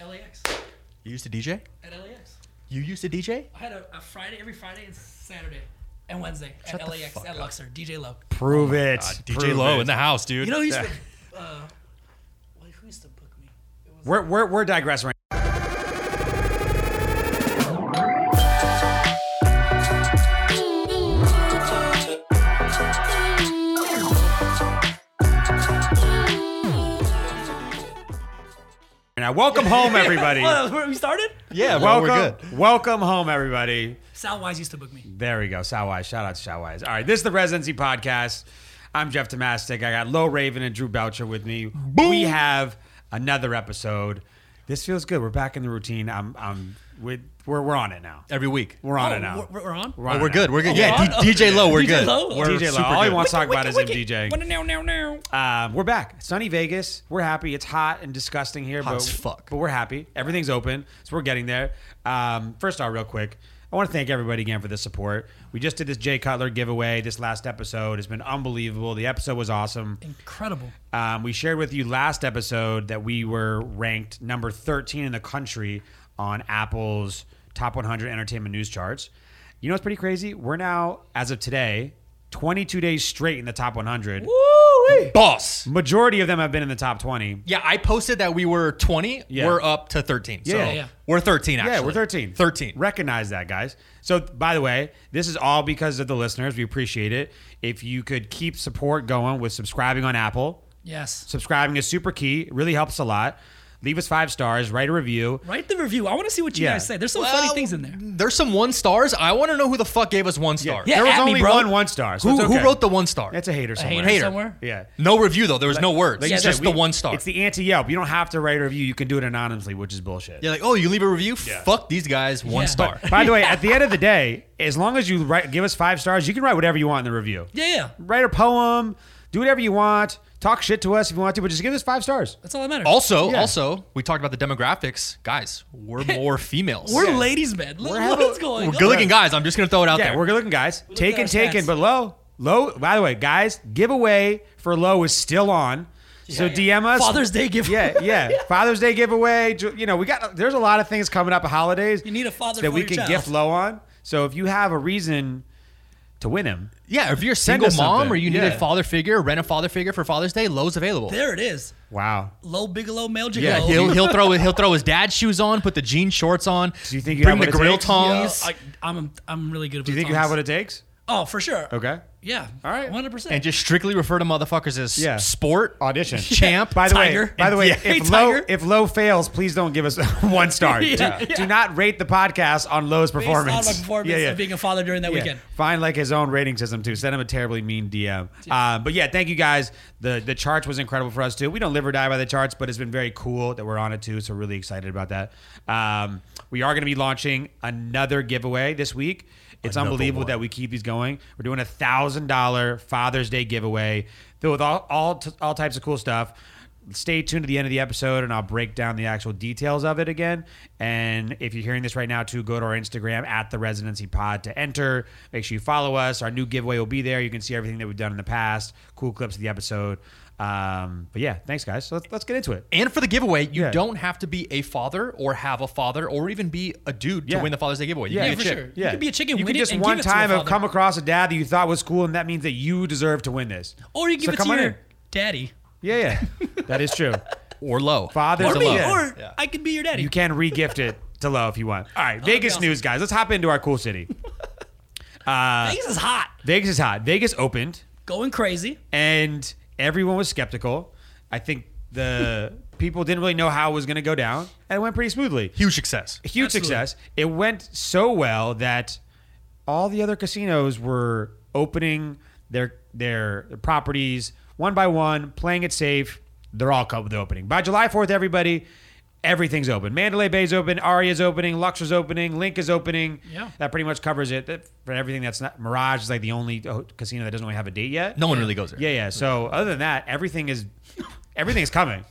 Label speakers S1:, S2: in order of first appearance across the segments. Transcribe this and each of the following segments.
S1: LAX.
S2: You used to DJ?
S1: At LAX.
S2: You used to DJ?
S1: I had a, a Friday, every Friday and Saturday and Wednesday
S2: Shut
S1: at
S2: the
S1: LAX
S2: fuck
S1: at
S2: up.
S1: Luxor. DJ Low.
S2: Oh
S3: Prove
S2: Uh,
S3: it.
S4: God,
S3: Prove
S4: DJ Low
S3: it.
S4: in the house, dude.
S1: You know, who used to. Uh, wait, who used to book me? It was
S3: We're, we're, we're digressing. right Now, welcome home, everybody.
S1: Oh, that was where we started?
S2: Yeah, well,
S3: welcome,
S2: we're good.
S3: welcome home, everybody.
S1: Sal Wise used to book me.
S3: There we go. Sowwise. Shout out to Sowwise. All right. This is the Residency Podcast. I'm Jeff Tomastic. I got Low Raven and Drew Boucher with me. We have another episode. This feels good. We're back in the routine. I'm, I'm, with, we're, we're on it now.
S2: Every week.
S3: We're on
S1: Oh,
S3: it now.
S1: We're, we're on?
S2: Oh,
S3: on
S2: we're
S3: it
S2: good.
S3: now.
S2: We're good.
S1: Oh,
S2: yeah,
S1: we're on?
S2: D- DJ Low, we're
S1: DJ
S2: good.
S1: Low?
S2: We're
S3: DJ Low.
S2: super
S3: All he
S2: good.
S3: wants to talk about is him DJing.
S1: Wanna Now, now, now.
S3: Um, we're back. Sunny Vegas. We're happy. It's hot and disgusting here,
S2: Hot
S3: but,
S2: as fuck.
S3: but we're happy. Everything's open, so we're getting there. Um, first off, real quick, I want to thank everybody again for the support. We just did this Jay Cutler giveaway. This last episode has been unbelievable. The episode was awesome.
S1: Incredible.
S3: Um, we shared with you last episode that we were ranked number 13 in the country on Apple's top 100 entertainment news charts. You know what's pretty crazy? We're now, as of today, 22 days straight in the top 100.
S1: Woo-wee.
S2: Boss.
S3: Majority of them have been in the top 20.
S2: Yeah, I posted that we were 20.
S3: Yeah.
S2: We're up to 13. So
S3: Yeah, yeah, yeah.
S2: we're 13 actually.
S3: Yeah, we're 13.
S2: 13.
S3: Recognize that, guys. So, by the way, this is all because of the listeners. We appreciate it. If you could keep support going with subscribing on Apple,
S1: Yes.
S3: subscribing is super key. It really helps a lot. Leave us five stars, write a review.
S1: Write the review. I want to see what you
S3: Yeah.
S1: guys say. There's some funny
S2: Well,
S1: things in there.
S2: There's some one stars. I want to know who the fuck gave us one star.
S1: Yeah,
S3: there was
S1: at me,
S3: only
S1: bro.
S3: one one star. So
S2: Who,
S3: it's okay.
S2: who wrote the one star?
S3: That's a hater somewhere.
S1: hater somewhere?
S3: Yeah.
S2: No review though. There was no words.
S3: Like you
S2: It's
S3: said,
S2: just
S3: we-
S2: the one star.
S3: It's the anti Yelp. You don't have to write a review. You can do it anonymously, which is bullshit.
S2: You're like, oh, you leave a review. Fuck these guys. One
S1: Yeah.
S2: star.
S3: By the way, at the end of the day, as long as you write, give us five stars, you can write whatever you want in the review.
S1: Yeah, yeah.
S3: Write a poem, do whatever you want, talk shit to us if you want to, but just give us five stars.
S1: That's all that matters.
S2: Also,
S3: Yeah.
S2: also, we talked about the demographics. Guys, we're more females.
S1: we're ladies, man. Look,
S3: We're having-
S1: what's going on?
S2: good looking guys. I'm just gonna throw it out
S3: Yeah,
S2: there.
S3: we're good looking guys. Taken,
S1: our
S3: taken,
S1: stats.
S3: but low, low. By the way, guys, giveaway for low is still on. so DM us.
S1: Father's Day giveaway.
S3: Yeah, yeah. Father's Day giveaway. ju- You know, we got. There's a lot of things coming up at holidays.
S1: You need a father
S3: that
S1: for
S3: we
S1: your
S3: can
S1: child.
S3: gift low on. So if you have a reason to win him,
S2: yeah, if you're a
S3: Send
S2: single
S3: us
S2: mom
S3: something.
S2: or you need
S3: Yeah.
S2: a father figure, rent a father figure for Father's Day. Lowe's available.
S1: There it is.
S3: wow.
S1: Low Bigelow, male gigolo.
S2: yeah, he'll he'll throw he'll throw his dad's shoes on, put the jean shorts on.
S3: Do you think you
S2: bring
S3: have
S2: the
S3: what it
S2: grill
S3: takes?
S1: Yo,
S2: tongs
S1: I, I'm I'm really good. At
S3: Do you think you have what it takes?
S1: Oh, for sure.
S3: Okay.
S1: Yeah.
S3: All right.
S1: 100. percent
S2: and just strictly refer to motherfuckers as
S3: Yeah.
S2: sport
S3: Audition.
S2: champ?
S3: By the way,
S1: Tiger.
S3: by the way,
S2: Yeah.
S1: Hey,
S3: if low
S1: Tiger.
S3: if low fails, please don't give us one star.
S1: Yeah,
S3: do,
S1: yeah.
S3: do not rate the podcast on low's
S1: Based on my
S3: performance.
S1: performance of being a father during that
S3: Yeah.
S1: weekend.
S3: Find like his own rating system too. Send him a terribly mean DM. Uh, but yeah, thank you guys. The the charts was incredible for us too. We don't live or die by the charts, but it's been very cool that we're on it too. So really excited about that. Um, we are going to be launching another giveaway this week. It's
S2: Another
S3: unbelievable
S2: one.
S3: that we keep these going. We're doing a thousand dollar Father's Day giveaway filled with all all, t- all types of cool stuff. Stay tuned to the end of the episode, and I'll break down the actual details of it again. And if you're hearing this right now, too, go to our Instagram at the Residency Pod to enter. Make sure you follow us. Our new giveaway will be there. You can see everything that we've done in the past, cool clips of the episode. Um, but yeah, thanks guys. So let's, let's get into it.
S2: And for the giveaway, you
S3: Yeah.
S2: don't have to be a father or have a father or even be a dude
S3: Yeah.
S2: to win the Father's Day giveaway. You
S3: Yeah,
S2: can be
S1: for
S2: a chick.
S1: sure. You could be a chicken,
S3: You
S1: win
S3: could
S1: it,
S3: just
S1: and
S3: one
S1: give it to a
S3: time have
S1: father.
S3: come across a dad that you thought was cool, and that means that you deserve to win this.
S1: Or you give
S3: So
S1: it to
S3: come
S1: your
S3: on in.
S1: daddy.
S3: Yeah, yeah, that is true.
S2: Or low.
S3: Fathers
S1: Or
S2: a
S1: me.
S2: low.
S3: yeah.
S1: Or
S2: Yeah.
S1: I could be your daddy.
S3: You can re-gift it to low if you want. All right, Vegas
S1: Oh, awesome.
S3: news, guys. Let's hop into our cool city.
S1: Vegas is hot.
S3: Vegas is hot. Vegas opened,
S1: Going crazy.
S3: and everyone was skeptical. I think the people didn't really know how it was going to go down, and it went pretty smoothly.
S2: Huge success.
S3: Huge
S1: Absolutely.
S3: success. It went so well that all the other casinos were opening their their properties one by one, playing it safe. They're all co- they're opening by July Fourth. Everybody, everything's open. Mandalay Bay's open. Aria's opening. Luxor's opening. Link is opening.
S1: Yeah.
S3: that pretty much covers it. That, for everything that's not Mirage is like the only oh, casino that doesn't really have a date yet.
S2: No one really goes there.
S3: Yeah, yeah. So other than that, everything is everything's coming.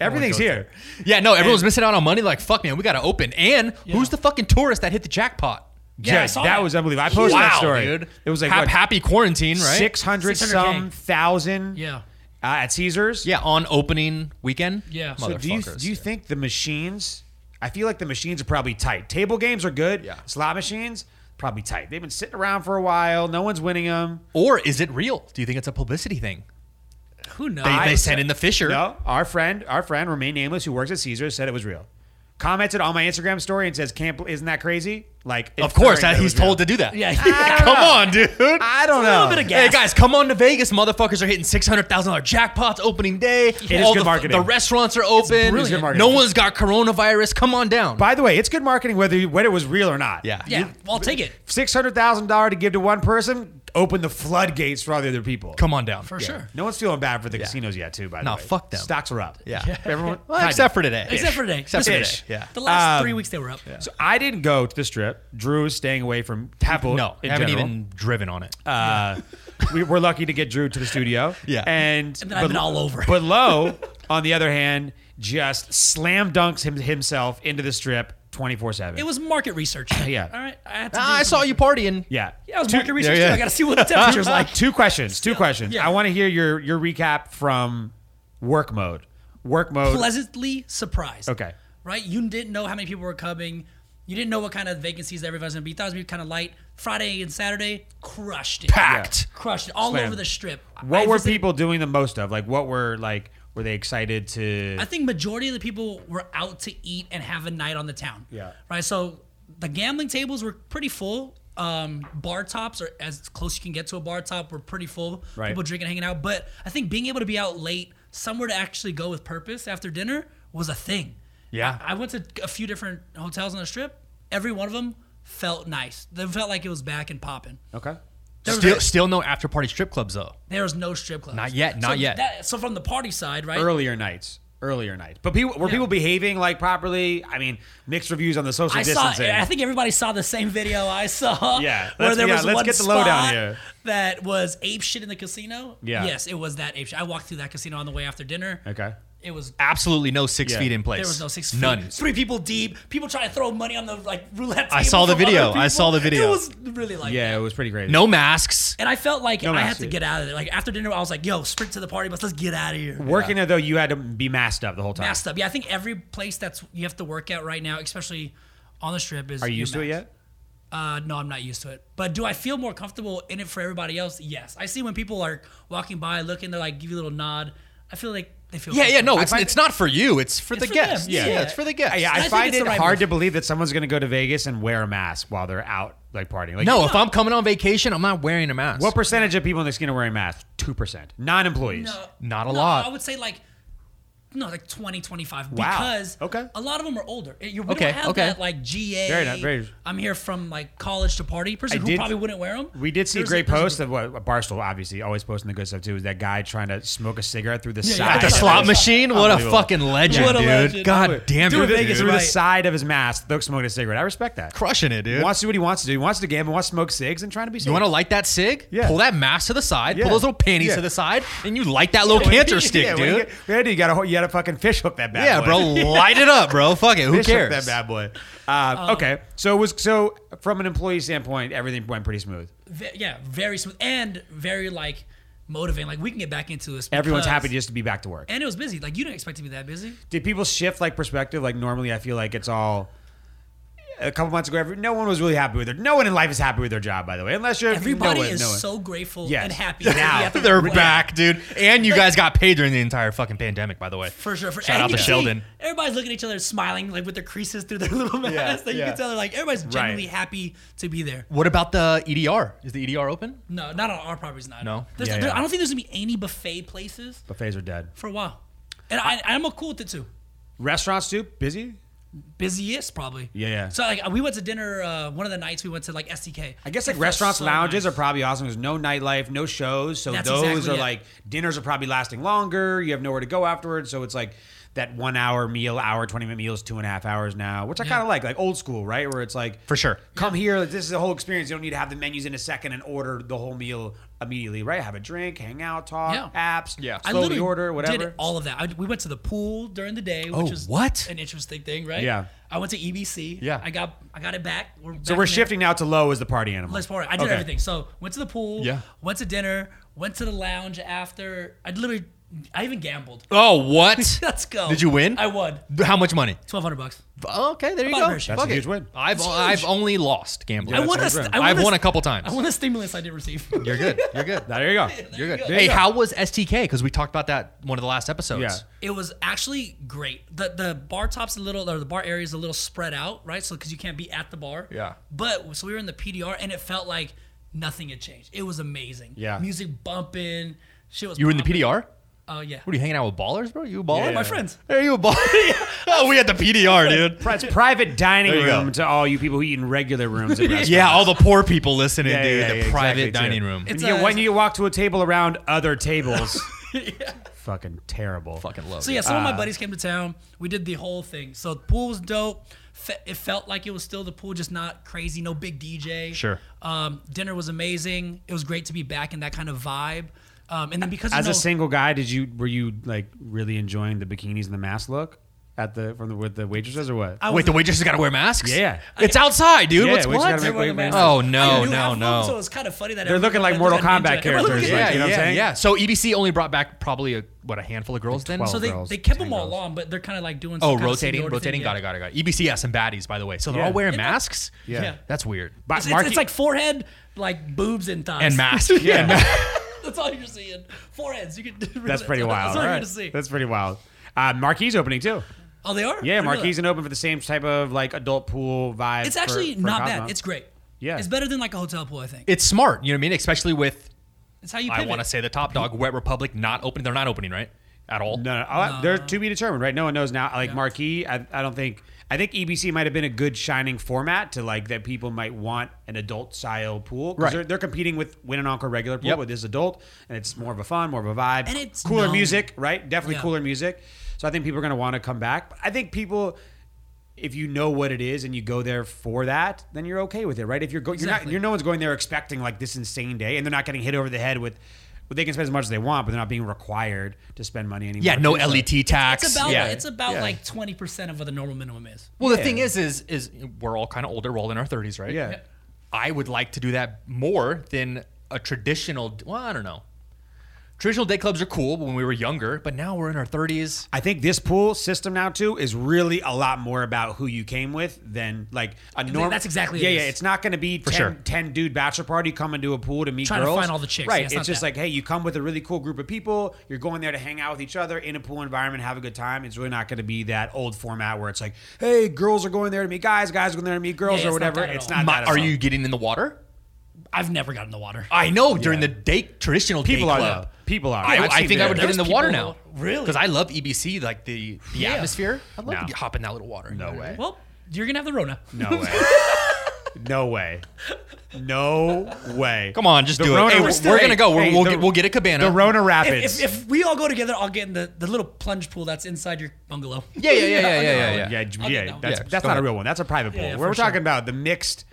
S3: everything's
S2: goes
S3: here.
S2: Yeah, no, everyone's missing out on money. Like, fuck, man, we got to open. And who's the fucking tourist that hit the jackpot?
S1: Yeah, I
S3: Yes,
S1: saw
S3: that
S1: that.
S3: was unbelievable. I posted that story.
S2: dude.
S3: It was like
S2: Hap-
S3: what,
S2: happy quarantine, right?
S3: six hundred
S1: 600K.
S3: some thousand.
S1: Yeah.
S3: Uh, at Caesars.
S2: Yeah, on opening weekend.
S1: Yeah.
S3: So do you
S2: Motherfuckers.
S3: do you think the machines I feel like the machines are probably tight. Table games are good.
S2: Yeah.
S3: Slot machines probably tight. They've been sitting around for a while. No one's winning them.
S2: Or is it real? Do you think it's a publicity thing?
S1: Who knows?
S2: They, they send in the Fisher.
S3: No, our friend, our friend, remain nameless, who works at Caesars, said it was real. Commented on my Instagram story and says, "Can't bel- isn't that crazy?" Like,
S2: Of
S3: inferring
S2: course, that
S3: it
S2: he's
S3: was real.
S2: told to do that.
S1: yeah.
S2: Come on, dude.
S3: I don't know.
S1: little bit of gas.
S2: Hey guys, come on to Vegas. Motherfuckers are hitting six hundred thousand dollar jackpots opening day.
S3: is
S2: All
S3: good
S2: the,
S3: marketing.
S2: The restaurants are open.
S1: brilliant. It's good
S2: No
S3: marketing.
S2: one's got coronavirus. Come on down.
S3: By the way, it's good marketing whether you- whether it was real or not.
S2: Yeah.
S1: Yeah, well, I'll take it
S3: six hundred thousand dollar to give to one person, open the floodgates for all the other people.
S2: Come on down.
S1: for sure.
S3: No one's feeling bad for the casinos yet, too. By the
S2: No,
S3: way,
S2: fuck them.
S3: Stocks are up.
S2: Yeah.
S3: everyone.
S2: Well,
S3: kind
S2: except
S3: of.
S2: for today.
S1: Except for today.
S2: Except for today.
S3: Ish.
S2: Yeah.
S1: The last
S3: Um,
S1: three weeks they were up.
S3: So I didn't go to the strip. Drew is staying away from people.
S2: No,
S3: in
S2: haven't
S3: general.
S2: even driven on it.
S3: Uh, we were lucky to get Drew to the studio.
S2: Yeah.
S3: and,
S1: And then I've been all over.
S3: But Lowe, on the other hand, just slam dunks him, himself into the strip twenty four seven.
S1: It was market research.
S3: Yeah.
S1: All right. I, had to do
S2: Ah, I saw you partying.
S3: yeah,
S1: Yeah, it was
S3: Two-
S1: market research.
S2: yeah.
S1: too. I got to see what the temperature's like.
S3: two questions. Two questions.
S1: Yeah.
S3: I want to hear your your recap from work mode. Work mode.
S1: Pleasantly surprised.
S3: Okay.
S1: Right? You didn't know how many people were coming. You didn't know what kind of vacancies everybody's going to be. You thought it was going to be kind of light. Friday and Saturday, crushed it.
S2: Packed.
S1: Crushed it all
S3: Slammed.
S1: over the strip.
S3: What
S1: I
S3: were
S1: visited-
S3: people doing the most of? Like, what were like? Were they excited to?
S1: I think majority of the people were out to eat and have a night on the town.
S3: Yeah.
S1: Right. So the gambling tables were pretty full. Um, bar tops are as close you can get to a bar top. Were pretty full.
S3: Right.
S1: People drinking, hanging out. But I think being able to be out late, somewhere to actually go with purpose after dinner was a thing.
S3: Yeah.
S1: I, I went to a few different hotels on the strip. Every one of them felt nice. They felt like it was back and popping.
S3: okay.
S1: There was-
S2: Still, still no after party strip clubs though.
S1: there was no strip clubs.
S2: Not yet, not
S1: So
S2: yet.
S1: that- so from the party side, right?
S3: Earlier nights. Earlier nights. But people were people behaving like properly? I mean, mixed reviews on the social
S1: I saw.
S3: distancing.
S1: I think everybody saw the same video I saw.
S3: Yeah,
S1: where
S3: let's-
S1: there
S3: yeah,
S1: was
S3: let's
S1: one
S3: get the
S1: spot
S3: lowdown here.
S1: that was ape shit in the casino.
S3: Yeah.
S1: Yes, it was that ape shit. I walked through that casino on the way after dinner.
S3: okay.
S1: It was.
S2: Absolutely no six
S3: Yeah.
S2: feet in place.
S1: There was no six feet.
S2: None.
S1: Three people deep. People trying to throw money on the like roulette.
S2: I
S1: table
S2: saw the
S1: from other
S2: video. I
S1: people.
S2: saw the video.
S1: It was really like
S3: Yeah,
S1: that.
S3: it was pretty great.
S2: No masks.
S1: And I felt like I
S3: man,
S1: had to
S3: shit.
S1: get out of there. Like after dinner, I was like, "Yo, sprint to the party bus. Let's get out of here."
S3: Working there though, you had to be masked up the whole time.
S1: Masked up. Yeah, I think every place that's you have to work at right now, especially on the strip, is
S3: Are you used to it
S1: masked.
S3: yet?
S1: Uh, no, I'm not used to it. But do I feel more comfortable in it for everybody else? Yes. I see when people are walking by, looking, they like give you a little nod. I feel like they feel.
S2: Yeah, yeah. No,
S1: comfortable.
S2: it's it's not for you. It's for the
S1: for them,
S2: guests.
S1: yeah.
S2: yeah, it's for the guests.
S3: Yeah,
S1: I
S3: I,
S1: think
S3: find
S1: it's
S3: it
S1: the right
S3: hard
S1: move.
S3: to believe that someone's going to go to Vegas and wear a mask while they're out like partying. Like,
S2: No, if I'm coming on vacation, I'm not wearing a mask.
S3: What percentage of people in the skin are wearing masks? Two percent. Non-employees.
S1: No,
S2: Not a
S1: Uh, no,
S2: lot.
S1: I would say like, no, like 20, 25.
S3: Wow.
S1: Because
S3: Okay.
S1: a lot of them are older. You we
S2: Okay,
S1: don't have
S2: okay.
S1: that like GA.
S3: Very nice, very-
S1: I'm here from like college to party person
S3: I
S1: who
S3: did-
S1: probably wouldn't wear them.
S3: We did see a great post of what Barstool obviously always posting the good stuff too. Is that guy trying to smoke a cigarette through the
S1: yeah,
S3: side
S2: At the
S1: I-
S3: of
S2: slot
S3: his-
S2: machine? What a
S3: Unbelievable.
S2: fucking legend,
S1: What a
S2: dude.
S1: legend.
S2: God damn
S1: Dude,
S2: it.
S1: Vegas
S2: dude.
S1: is
S3: through the
S1: Right.
S3: side of his mask, look smoking a cigarette. I respect that.
S2: Crushing it, dude.
S3: Wants to do what he wants to do. He wants to gamble. Wants to smoke cigs and trying to be.
S2: You
S3: Safe.
S2: want to light that cig?
S3: Yeah.
S2: Pull that mask to the side.
S3: Yeah.
S2: Pull those little panties
S3: Yeah.
S2: to the side, and you light that little cancer stick,
S3: yeah, when You
S2: dude.
S3: get, yeah, dude, you got to you got to fucking fish hook that bad
S2: Yeah,
S3: boy.
S2: bro. Light it up, bro. Fuck it. Who
S3: Fish hook
S2: cares?
S3: that bad boy. Uh, okay, so it was so from an employee standpoint, everything went pretty smooth.
S1: Ve- yeah, very smooth and very like motivating. Like we can get back into this.
S3: Everyone's
S1: because-
S3: happy just to be back to work.
S1: And it was busy. Like you didn't expect to be that busy.
S3: Did people shift like perspective? Like normally, I feel like it's all. A couple months ago, every, no one was really happy with their. No one in life is happy with their job, by the way, unless you're.
S1: Everybody
S3: no one-
S1: is
S3: no one.
S1: so grateful
S3: Yes.
S1: and happy.
S3: Now.
S1: to be at the
S2: They're
S1: wedding.
S2: back, dude. And you guys got paid during the entire fucking pandemic, by the way.
S1: For sure. For,
S2: Shout
S1: and
S2: out
S1: you
S2: to
S1: can
S2: Sheldon.
S1: see Everybody's looking at each other, smiling, like with their creases through their little mask. like you
S3: yeah.
S1: can tell they're like, everybody's genuinely happy to be there.
S2: What about the EDR? Is the EDR open?
S1: No, not on our property's not.
S2: No?
S1: There's-
S3: Yeah,
S1: there-
S3: yeah.
S1: I don't think there's going to be any buffet places
S3: Buffets are dead.
S1: for a while. And I, I'm cool with it too.
S3: Restaurants too busy.
S1: Busiest, probably.
S3: Yeah, yeah.
S1: So like, we went to dinner uh, one of the nights we went to like STK.
S3: I guess
S1: It felt
S3: like restaurants,
S1: so
S3: lounges
S1: nice.
S3: are probably awesome. There's no nightlife, no shows, so
S1: That's
S3: those
S1: exactly
S3: are
S1: it.
S3: like dinners are probably lasting longer. You have nowhere to go afterwards, so it's like that one hour meal, hour twenty minute meals, two and a half hours now, which I kind of like, like old school, right? Where it's like
S2: For sure.
S3: come here, like, this is the whole experience. You don't need to have the menus in a second and order the whole meal immediately, right? Have a drink, hang out, talk,
S1: Yeah.
S3: apps,
S2: Yeah.
S1: I
S2: I
S3: slowly
S1: literally
S3: order,
S1: Did
S3: whatever.
S1: all of that. I, we went to the pool during the day, which
S2: Oh,
S1: is
S2: what?
S1: an interesting thing, right?
S3: Yeah.
S1: I went to EBC.
S2: Yeah.
S1: I got I got it back. We're
S3: So we're shifting now to low as the party animal.
S1: Let's party. I did
S3: Okay.
S1: everything. So went to the pool.
S2: Yeah.
S1: Went to dinner. Went to the lounge after. I literally I even gambled.
S2: Oh, what?
S1: Let's go.
S2: Did you win?
S1: I won.
S2: How much money?
S1: Twelve hundred bucks.
S2: Okay, there you
S1: bought
S2: go.
S1: a Hershey.
S3: That's
S2: Fuck
S3: a
S2: it.
S3: huge win.
S2: I've
S1: It's
S2: I've
S1: huge.
S2: only lost gambling.
S3: Yeah,
S1: I won,
S3: that's
S1: a,
S3: right.
S1: I won
S2: I've won a couple
S1: I
S2: times.
S1: won a stimulus I didn't receive.
S2: You're good. You're good.
S3: Now, there you go.
S2: You're good.
S3: There you
S2: Hey,
S3: go.
S2: how was STK? Because we talked about that one of the last episodes.
S3: Yeah.
S1: It was actually great. the The bar top's a little, or the bar area's a little spread out, right? So because you can't be at the bar.
S2: Yeah.
S1: But so we were in the PDR, and it felt like nothing had changed. It was amazing.
S3: Yeah.
S1: Music bumping. Shit was.
S2: You were in the
S1: popping.
S2: PDR.
S1: Oh yeah.
S2: What are you hanging out with ballers, bro? You a baller?
S3: Yeah.
S1: My friends.
S2: Are you a baller? oh, we had the PDR, dude.
S3: Pri- It's private dining
S2: There you go.
S3: room to all you people who eat in regular rooms at restaurants.
S2: Yeah, all the poor people listening,
S3: Yeah,
S2: dude.
S3: yeah,
S2: the
S3: yeah,
S2: private
S3: exactly, too.
S2: dining room.
S1: It's
S3: When you,
S1: a-
S3: when you walk to a table around other tables, fucking terrible.
S2: fucking love.
S1: So yeah, some of my buddies came to town. We did the whole thing. So the pool was dope. Fe- It felt like it was still the pool, just not crazy. No big DJ.
S2: Sure.
S1: Um, dinner was amazing. It was great to be back in that kind of vibe. Um, and then because you
S3: As
S1: know,
S3: a single guy, did you were you like really enjoying the bikinis and the mask look at the from the with the waitresses or what?
S1: I was
S2: Wait, the waitress has got to wear masks.
S3: Yeah.
S2: it's outside, dude.
S3: Yeah,
S2: What's
S3: we just
S2: what?
S3: gotta make-
S1: Everyone in the
S3: wait,
S1: mask.
S2: oh, no,
S1: I knew
S2: no,
S1: half of them,
S2: no.
S1: So it's kind of funny that
S3: They're looking
S1: everyone
S3: like
S1: looked
S3: Mortal
S1: a
S3: Kombat
S1: ninja. Everyone looked
S3: characters,
S1: like-
S3: like,
S2: yeah,
S3: you know what I'm
S2: yeah,
S3: saying?
S2: yeah. So EBC only brought back probably a, what a handful of girls then.
S3: 12.
S1: So they,
S3: girls,
S1: they kept them
S3: ten
S1: all
S3: girls.
S1: on, but they're kind of like doing. some
S2: Oh,
S1: kinda
S2: rotating,
S1: seniority
S2: rotating.
S1: thing,
S2: Got it, got it, got it. E EBC has some baddies, by the way. So they're
S3: Yeah.
S2: all wearing masks.
S1: Yeah. Yeah.
S2: that's weird.
S3: But
S1: It's, it's-
S3: Marky-
S1: it's like forehead, like boobs and thighs,
S2: And masks.
S3: yeah,
S1: That's all you're seeing. Foreheads. You can.
S3: that's pretty
S1: That's
S3: wild.
S1: all you're
S3: Alright.
S1: gonna see.
S3: That's pretty wild. Uh, Marquee's opening too.
S1: Oh, they are. I
S3: Yeah,
S1: didn't know that.
S3: Marquee's and open for the same type of like adult pool vibe.
S1: It's
S3: for-
S1: actually
S3: for
S1: not
S3: Cosmo.
S1: bad. It's great.
S3: Yeah.
S1: It's better than like a hotel pool, I think.
S2: It's smart. You know what I mean? Especially with
S1: It's how you
S2: I
S1: pivot.
S2: want to say the top dog, Wet Republic, not opening. They're not opening, right? At all.
S3: No, no, I'll- they're to be determined, right? No one knows now. Like Marquee, I, I don't think. I think EBC might have been a good shining format to like that people might want an adult style pool. 'Cause
S2: Right.
S3: They're, they're competing with Win and Encore regular pool,
S2: Yep.
S3: but this is adult and it's more of a fun, more of a vibe.
S1: And it's
S3: cooler
S1: known.
S3: music, right? Definitely
S1: Yeah.
S3: cooler music. So I think people are going to want to come back. But I think people. If you know what it is and you go there for that, then you're okay with it, right? If you're go, you're not,
S1: Exactly.
S3: you're no one's going there expecting like this insane day, and they're not getting hit over the head with, well, they can spend as much as they want, but they're not being required to spend money anymore.
S2: Yeah, no
S1: E
S3: So-
S2: LET tax.
S1: It's about
S2: yeah.
S1: it's about
S3: Yeah.
S1: like twenty percent of what the normal minimum is.
S2: well, the thing is, is is we're all kind of older. We're all in our thirties, right?
S3: Yeah. Yeah.
S2: I would like to do that more than a traditional. Well, I don't know. Traditional day clubs are cool when we were younger, but now we're in our thirties.
S3: I think this pool system now too is really a lot more about who you came with than like a normal.
S1: that's exactly
S3: yeah,
S1: it
S3: yeah.
S1: is.
S3: It's not going to be 10,
S2: sure.
S3: 10 dude bachelor party coming to a pool to meet
S1: Trying to
S3: girls.
S1: find all the chicks.
S3: Right.
S1: Yeah, it's
S3: it's
S1: not
S3: just
S1: that.
S3: like hey, you come with a really cool group of people. You're going there to hang out with each other in a pool environment, have a good time. It's really not going to be that old format where it's like hey, girls are going there to meet guys, guys are going there to meet girls
S1: Yeah,
S3: or
S1: it's not
S3: whatever.
S1: that at
S3: it's
S1: all.
S3: not.
S2: My-
S3: that at
S2: are
S3: all.
S2: you getting in the water?
S1: I've never gotten in the water.
S3: Uh,
S2: I know during
S3: Yeah.
S2: the day traditional
S3: People
S2: day
S3: are
S2: club.
S3: though. People are.
S2: I,
S3: I've
S2: I
S3: seen
S2: think I would
S3: videos.
S2: get in the
S1: There's
S2: water now.
S1: people- really?
S2: Because I love EBC, like the, the
S1: Yeah.
S2: atmosphere. I love
S3: No.
S2: to get, hop in that little water. No way.
S1: Well, you're gonna have the Rona.
S3: No way. No way. No way.
S2: Come on, just
S3: The
S2: do
S3: Rona-
S2: it. Hey,
S3: we're
S2: we're
S3: still-
S2: gonna go. We're,
S3: hey,
S2: we'll,
S3: the-
S2: get, we'll get a cabana.
S3: The Rona Rapids.
S1: If, if, if we all go together, I'll get in the, the little plunge pool that's inside your bungalow.
S2: yeah, yeah, yeah, yeah, yeah, yeah, yeah.
S3: yeah,
S1: I'll
S3: yeah,
S1: get that one.
S3: that's
S2: Yeah,
S3: that's
S2: go
S3: not a
S2: ahead.
S3: real one. That's a private pool.
S1: Oh, Yeah, yeah,
S3: Where we're
S1: for sure.
S3: talking about the mixed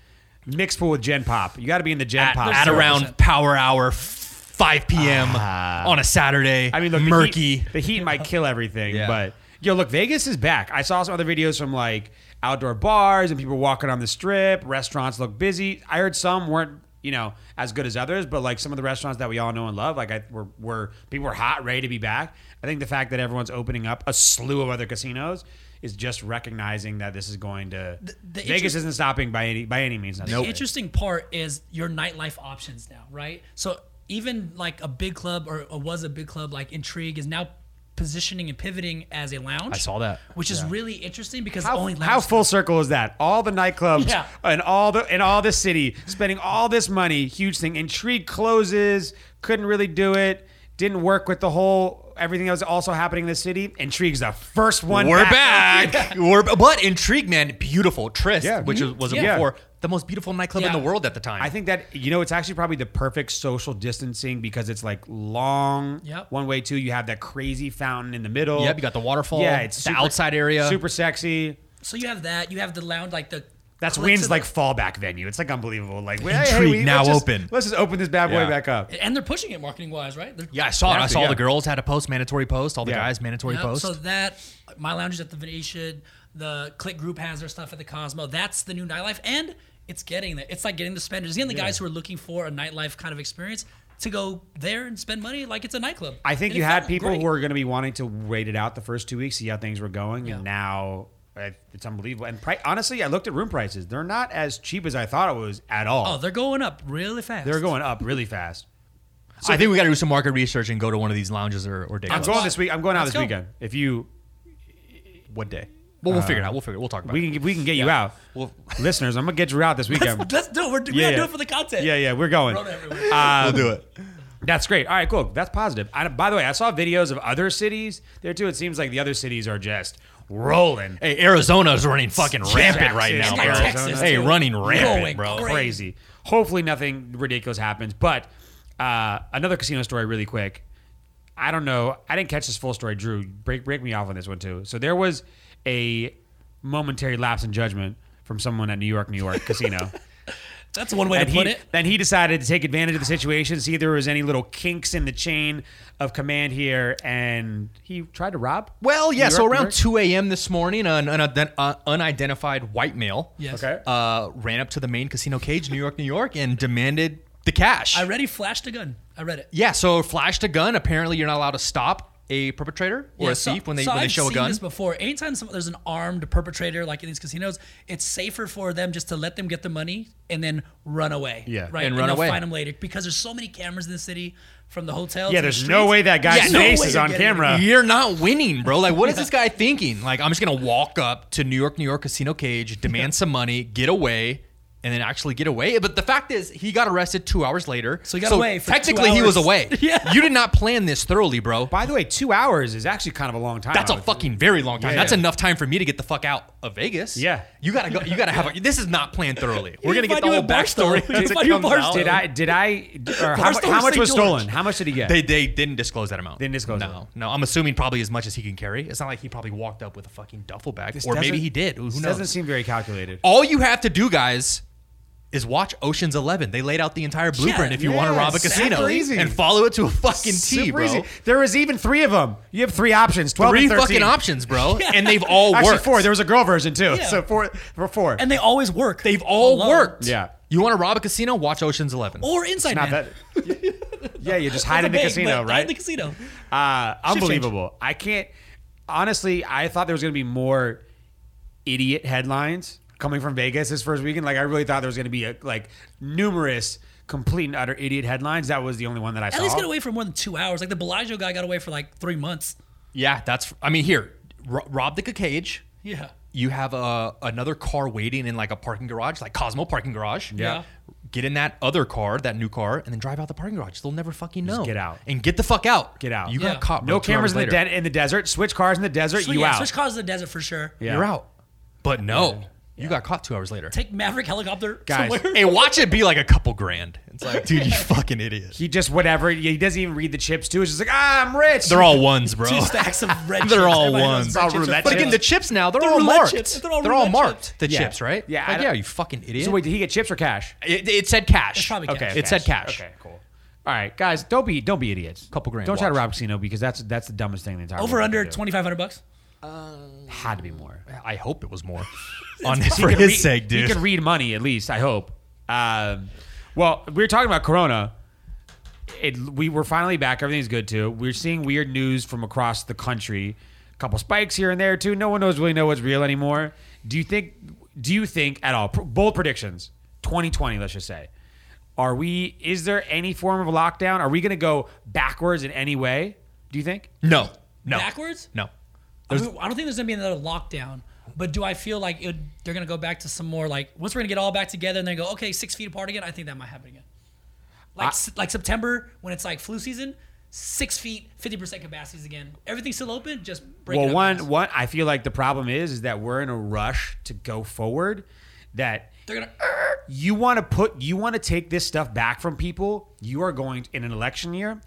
S3: mixed pool with Gen Pop. You got to be in the Gen
S2: At,
S3: Pop.
S2: at
S3: circle.
S2: around power hour, f- 5 p.m.
S3: Ah.
S2: on a Saturday.
S3: I mean, look, the
S2: murky.
S3: heat- The heat, might kill everything,
S2: Yeah.
S3: but yo, look, Vegas is back. I saw some other videos from like outdoor bars and people walking on the strip. Restaurants look busy. I heard some weren't. You know, as good as others, but like some of the restaurants that we all know and love, like I were, were people were hot, ready to be back. I think the fact that everyone's opening up a slew of other casinos is just recognizing that this is going to
S1: the
S3: Vegas
S1: interest-
S3: isn't stopping by any by any means.
S1: The interesting part is your nightlife options now, right? So even like a big club or, or was a big club like Intrigue is now positioning and pivoting as a lounge. I
S2: saw that.
S1: which is really interesting because
S3: How,
S1: only
S3: how
S1: lounge
S3: full circle is that? All the nightclubs
S1: Yeah.
S3: and all the in all the city, spending all this money, huge thing. Intrigue closes, couldn't really do it, didn't work with the whole everything that was also happening in the city. Intrigue's the first one.
S2: We're back. We're but intrigue, man. Beautiful Trist,
S3: Yeah.
S2: which is, was
S3: Yeah.
S2: before the most beautiful nightclub in
S1: Yeah.
S2: the world at the time.
S3: I think that you know it's actually probably the perfect social distancing because it's like long
S1: Yep.
S3: one way too. You have that crazy fountain in the middle.
S2: Yep, you got the waterfall,
S3: Yeah, it's
S2: the outside area.
S3: super sexy.
S1: So you have that. You have the lounge, like the.
S3: That's
S1: clicks
S3: Wyn's
S1: of-
S3: like fallback venue. It's like unbelievable. Like hey,
S2: Intrigue
S3: we- let's
S2: now
S3: just-
S2: open.
S3: Let's just open this bad boy
S2: Yeah.
S3: back up.
S1: And they're pushing it marketing wise, right? They're,
S2: yeah, I saw it. I
S3: Exactly,
S2: saw
S3: yeah.
S2: the girls had a post, mandatory post. All the
S3: Yeah.
S2: guys, mandatory
S1: Yep,
S2: post.
S1: So that my lounge is at the Venetian. The Click Group has their stuff at the Cosmo. That's the new nightlife, and it's getting there. It's like getting the spenders. It's getting the guys who are looking for a nightlife kind of experience. to go there and spend money like it's a nightclub.
S3: I think
S1: And
S3: you
S1: it
S3: had
S1: felt
S3: people
S1: great.
S3: who were going to be wanting to wait it out the first two weeks, see how things were going,
S1: Yeah.
S3: and now I- it's unbelievable. And pri- honestly, I looked at room prices; they're not as cheap as I thought it was at all.
S1: Oh, they're going up really fast.
S3: they're going up really fast.
S2: I think we got to do some market research and go to one of these lounges or, or day
S3: I'm
S2: clubs.
S3: going this week. I'm going out
S1: Let's
S3: this
S1: go.
S3: weekend. If you,
S2: What day? Well, we'll figure it out. We'll figure it. We'll talk about
S3: Uh, we
S2: it.
S3: can, we can get you
S2: Yeah.
S3: out,
S2: We'll-
S3: listeners. I'm gonna get you out this weekend.
S1: Let's, let's do it. We're, we
S3: Yeah,
S1: gotta do
S3: yeah.
S1: it for the content.
S3: yeah, yeah, we're going.
S1: Run everywhere.
S3: Um,
S2: we'll do it.
S3: That's great. All right, cool. That's positive. I, by the way, I saw videos of other cities there too. It seems like the other cities are just rolling.
S2: Hey, Arizona's running fucking rampant right now,
S3: Texas,
S2: bro.
S3: like Texas,
S2: hey,
S1: too.
S2: running rampant,
S1: Going
S2: bro.
S1: crazy.
S3: crazy. Hopefully, nothing ridiculous happens. But uh, another casino story, really quick. I don't know. I didn't catch this full story. Drew, break break me off on this one too. So there was a momentary lapse in judgment from someone at New York, New York casino.
S1: That's one way to
S3: And
S1: put
S3: he,
S1: it.
S3: Then he decided to take advantage of the situation, see if there was any little kinks in the chain of command here, and he tried to rob.
S2: Well, yeah.
S3: New
S2: so
S3: York, New
S2: around
S3: York?
S2: 2 a.m. this morning, an uniden- uh, unidentified white male
S1: Yes.
S3: Okay.
S2: uh, ran up to the main casino cage, New York, New York, and demanded the cash.
S1: I already flashed a gun. I read it.
S2: yeah. So flashed a gun. Apparently, you're not allowed to stop a perpetrator or
S1: Yeah,
S2: a
S1: so-
S2: thief when they
S1: so
S2: when they
S1: I've
S2: show a
S1: seen
S2: gun.
S1: This before, anytime some, there's an armed perpetrator like in these casinos, it's safer for them just to let them get the money and then run away.
S3: Yeah,
S1: right.
S2: and run
S1: they'll
S2: away.
S1: Find them later because there's so many cameras in the city from the hotel. to the
S3: Yeah, there's no
S1: streets.
S3: way that guy's
S1: Yeah, no
S3: face
S1: way
S3: is
S1: you're
S3: on
S1: getting
S3: camera.
S2: You're not winning, bro. Like, what is this guy thinking? Like, I'm just gonna walk up to New York, New York casino cage, demand some money, get away, and then actually get away. But the fact is, he got arrested two hours later.
S1: So he got away for two
S2: technically, he was
S1: hours.
S2: away.
S1: Yeah.
S2: You did not plan this thoroughly, bro.
S3: By the way, two hours is actually kind of a long time.
S2: That's
S3: I
S2: a
S3: would-
S2: fucking very long time.
S3: Yeah.
S2: That's enough time for me to get the fuck out of Vegas.
S3: Yeah.
S2: You gotta go. You gotta have. A, this is not planned thoroughly. We're
S1: You
S2: gonna get
S1: find
S2: the
S1: you
S2: whole
S1: a bar story.
S2: backstory.
S1: You
S2: as it
S1: find you a
S2: comes
S1: bar
S2: out.
S1: story.
S3: Did I? Did I? Or how,
S1: First it
S3: mu-
S1: was
S3: how much
S1: St. George.
S3: was stolen? How much did he get?
S2: They they didn't disclose that amount.
S3: Didn't disclose
S2: No,
S3: it.
S2: no. I'm assuming probably as much as he can carry. It's not like he probably walked up with a fucking duffel bag,
S3: This
S2: or maybe
S3: doesn't-
S2: he did. Who
S3: this
S2: knows?
S3: Doesn't seem very calculated.
S2: All you have to do, guys, is watch Ocean's Eleven. They laid out the entire blueprint if you want to
S3: yeah,
S2: rob a
S3: exactly.
S2: casino
S3: Easy.
S2: and follow it to a fucking T,
S3: Super
S2: bro.
S3: easy. There was even three of them. You have three options. Twelve,
S2: Three
S3: and 13.
S2: fucking options, Oh, bro, and they've all
S3: Actually,
S2: worked.
S3: four. There was a girl version too.
S1: Yeah.
S3: So four for four.
S1: And they always work.
S2: They've all
S1: Alone.
S2: worked.
S3: Yeah.
S2: You want to rob a casino? Watch Ocean's Eleven.
S1: Or inside
S3: not
S1: man.
S3: that. yeah, you just
S1: That's
S3: hide
S1: a
S3: in the
S1: bang,
S3: casino,
S1: but
S3: right?
S1: In the casino.
S3: Uh,
S1: change.
S3: unbelievable. I can't. Honestly, I thought there was going to be more idiot headlines coming from Vegas this first weekend. Like, I really thought there was going to be a, like numerous complete and utter idiot headlines. That was the only one that I
S1: At
S3: saw.
S1: least get away for more than two hours. Like the Bellagio guy got away for like three months.
S2: yeah, that's. I mean, here, ro- rob the cage.
S1: Yeah.
S2: You have a, another car waiting in like a parking garage, like Cosmo parking garage.
S1: Yeah.
S2: Get in that other car, that new car, and then drive out the parking garage. They'll never fucking know.
S3: get out.
S2: and get the fuck out.
S3: Get out.
S2: You
S1: Yeah.
S2: got caught. Bro,
S3: no
S2: two
S3: cameras
S2: hours
S3: in the,
S2: later.
S3: den in the desert. Switch cars in the desert.
S1: So
S3: you
S1: yeah,
S3: out.
S1: switch cars in the desert for sure.
S3: Yeah.
S2: You're out. But no, you got caught two hours later.
S1: Take Maverick helicopter
S3: Guys,
S1: somewhere.
S2: hey, watch it be like a couple grand. It's like, dude, you fucking idiot.
S3: He just whatever. He doesn't even read the chips too. It's just like ah, I'm rich.
S2: They're all ones, bro.
S1: Two stacks of red
S2: Oh. They're
S1: chips.
S2: all
S1: Everybody knows
S2: ones.
S1: red
S3: All
S1: chips are
S3: roulette
S2: but again,
S1: fucking-
S2: the chips now, they're,
S1: They're
S2: all
S1: roulette
S2: marked.
S1: chips.
S2: They're
S1: They're
S2: all,
S1: all roulette
S2: marked,
S1: chips.
S2: the
S3: Yeah.
S2: chips, right?
S3: Yeah, I
S2: Like,
S3: don't-
S2: yeah, you fucking idiot.
S3: So wait, did he get chips or cash?
S2: it, it said cash.
S1: It's probably cash.
S2: It said cash.
S3: Okay, cool. All right, guys, don't be don't be idiots.
S2: Couple grand,
S3: Don't try to
S2: watch.
S3: rob a casino because that's that's the dumbest thing in the entire
S1: Over
S3: world
S1: under
S3: to do.
S1: twenty five hundred bucks.
S3: had to be more.
S2: I hope it was more. On his, for his
S3: Read-
S2: sake, dude.
S3: He can read money at least. I hope. Um, well, we were talking about Corona. It, we were finally back. Everything's good too. We're seeing weird news from across the country. A couple spikes here and there too. No one knows really know what's real anymore. Do you think? Do you think at all? pr- Bold predictions. 2020. Let's just say. Are we? Is there any form of lockdown? Are we going to go backwards in any way? Do you think?
S2: no, no.
S1: Backwards?
S2: No.
S1: I, mean, I don't think there's gonna be another lockdown. But do I feel like it, they're gonna go back to some more like once we're gonna get all back together and then go okay six feet apart again? I think that might happen again. Like s- like September when it's like flu season, six feet, fifty percent capacities again. Everything's still open. Just break it
S3: well
S1: up
S3: one
S1: fast.
S3: one i feel like the problem is is that we're in a rush to go forward that
S1: they're gonna
S3: you want to put you want to take this stuff back from people you are going in an election year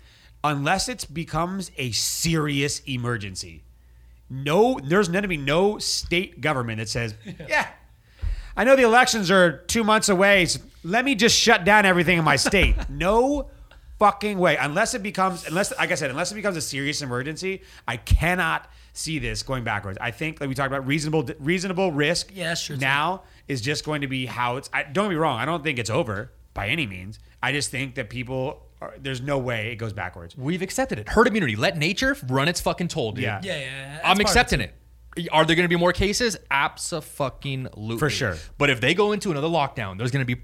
S3: unless it becomes a serious emergency no there's going to be no state government that says yeah i know the elections are two months away so let me just shut down everything in my state no fucking way unless it becomes unless like i said unless it becomes a serious emergency i cannot see this going backwards i think like we talked about reasonable reasonable risk
S1: Yeah, that's true, too.
S3: now is just going to be how it's I, don't be wrong i don't think it's over by any means i just think that people are- there's no way it goes backwards.
S2: We've accepted it. Herd immunity. Let nature run its fucking toll, dude.
S3: Yeah.
S1: Yeah, yeah, yeah. That's part
S2: I'm
S1: of it,
S2: accepting it. Are there going to be more cases? Absolutely.
S3: For sure.
S2: But if they go into another lockdown, there's going to be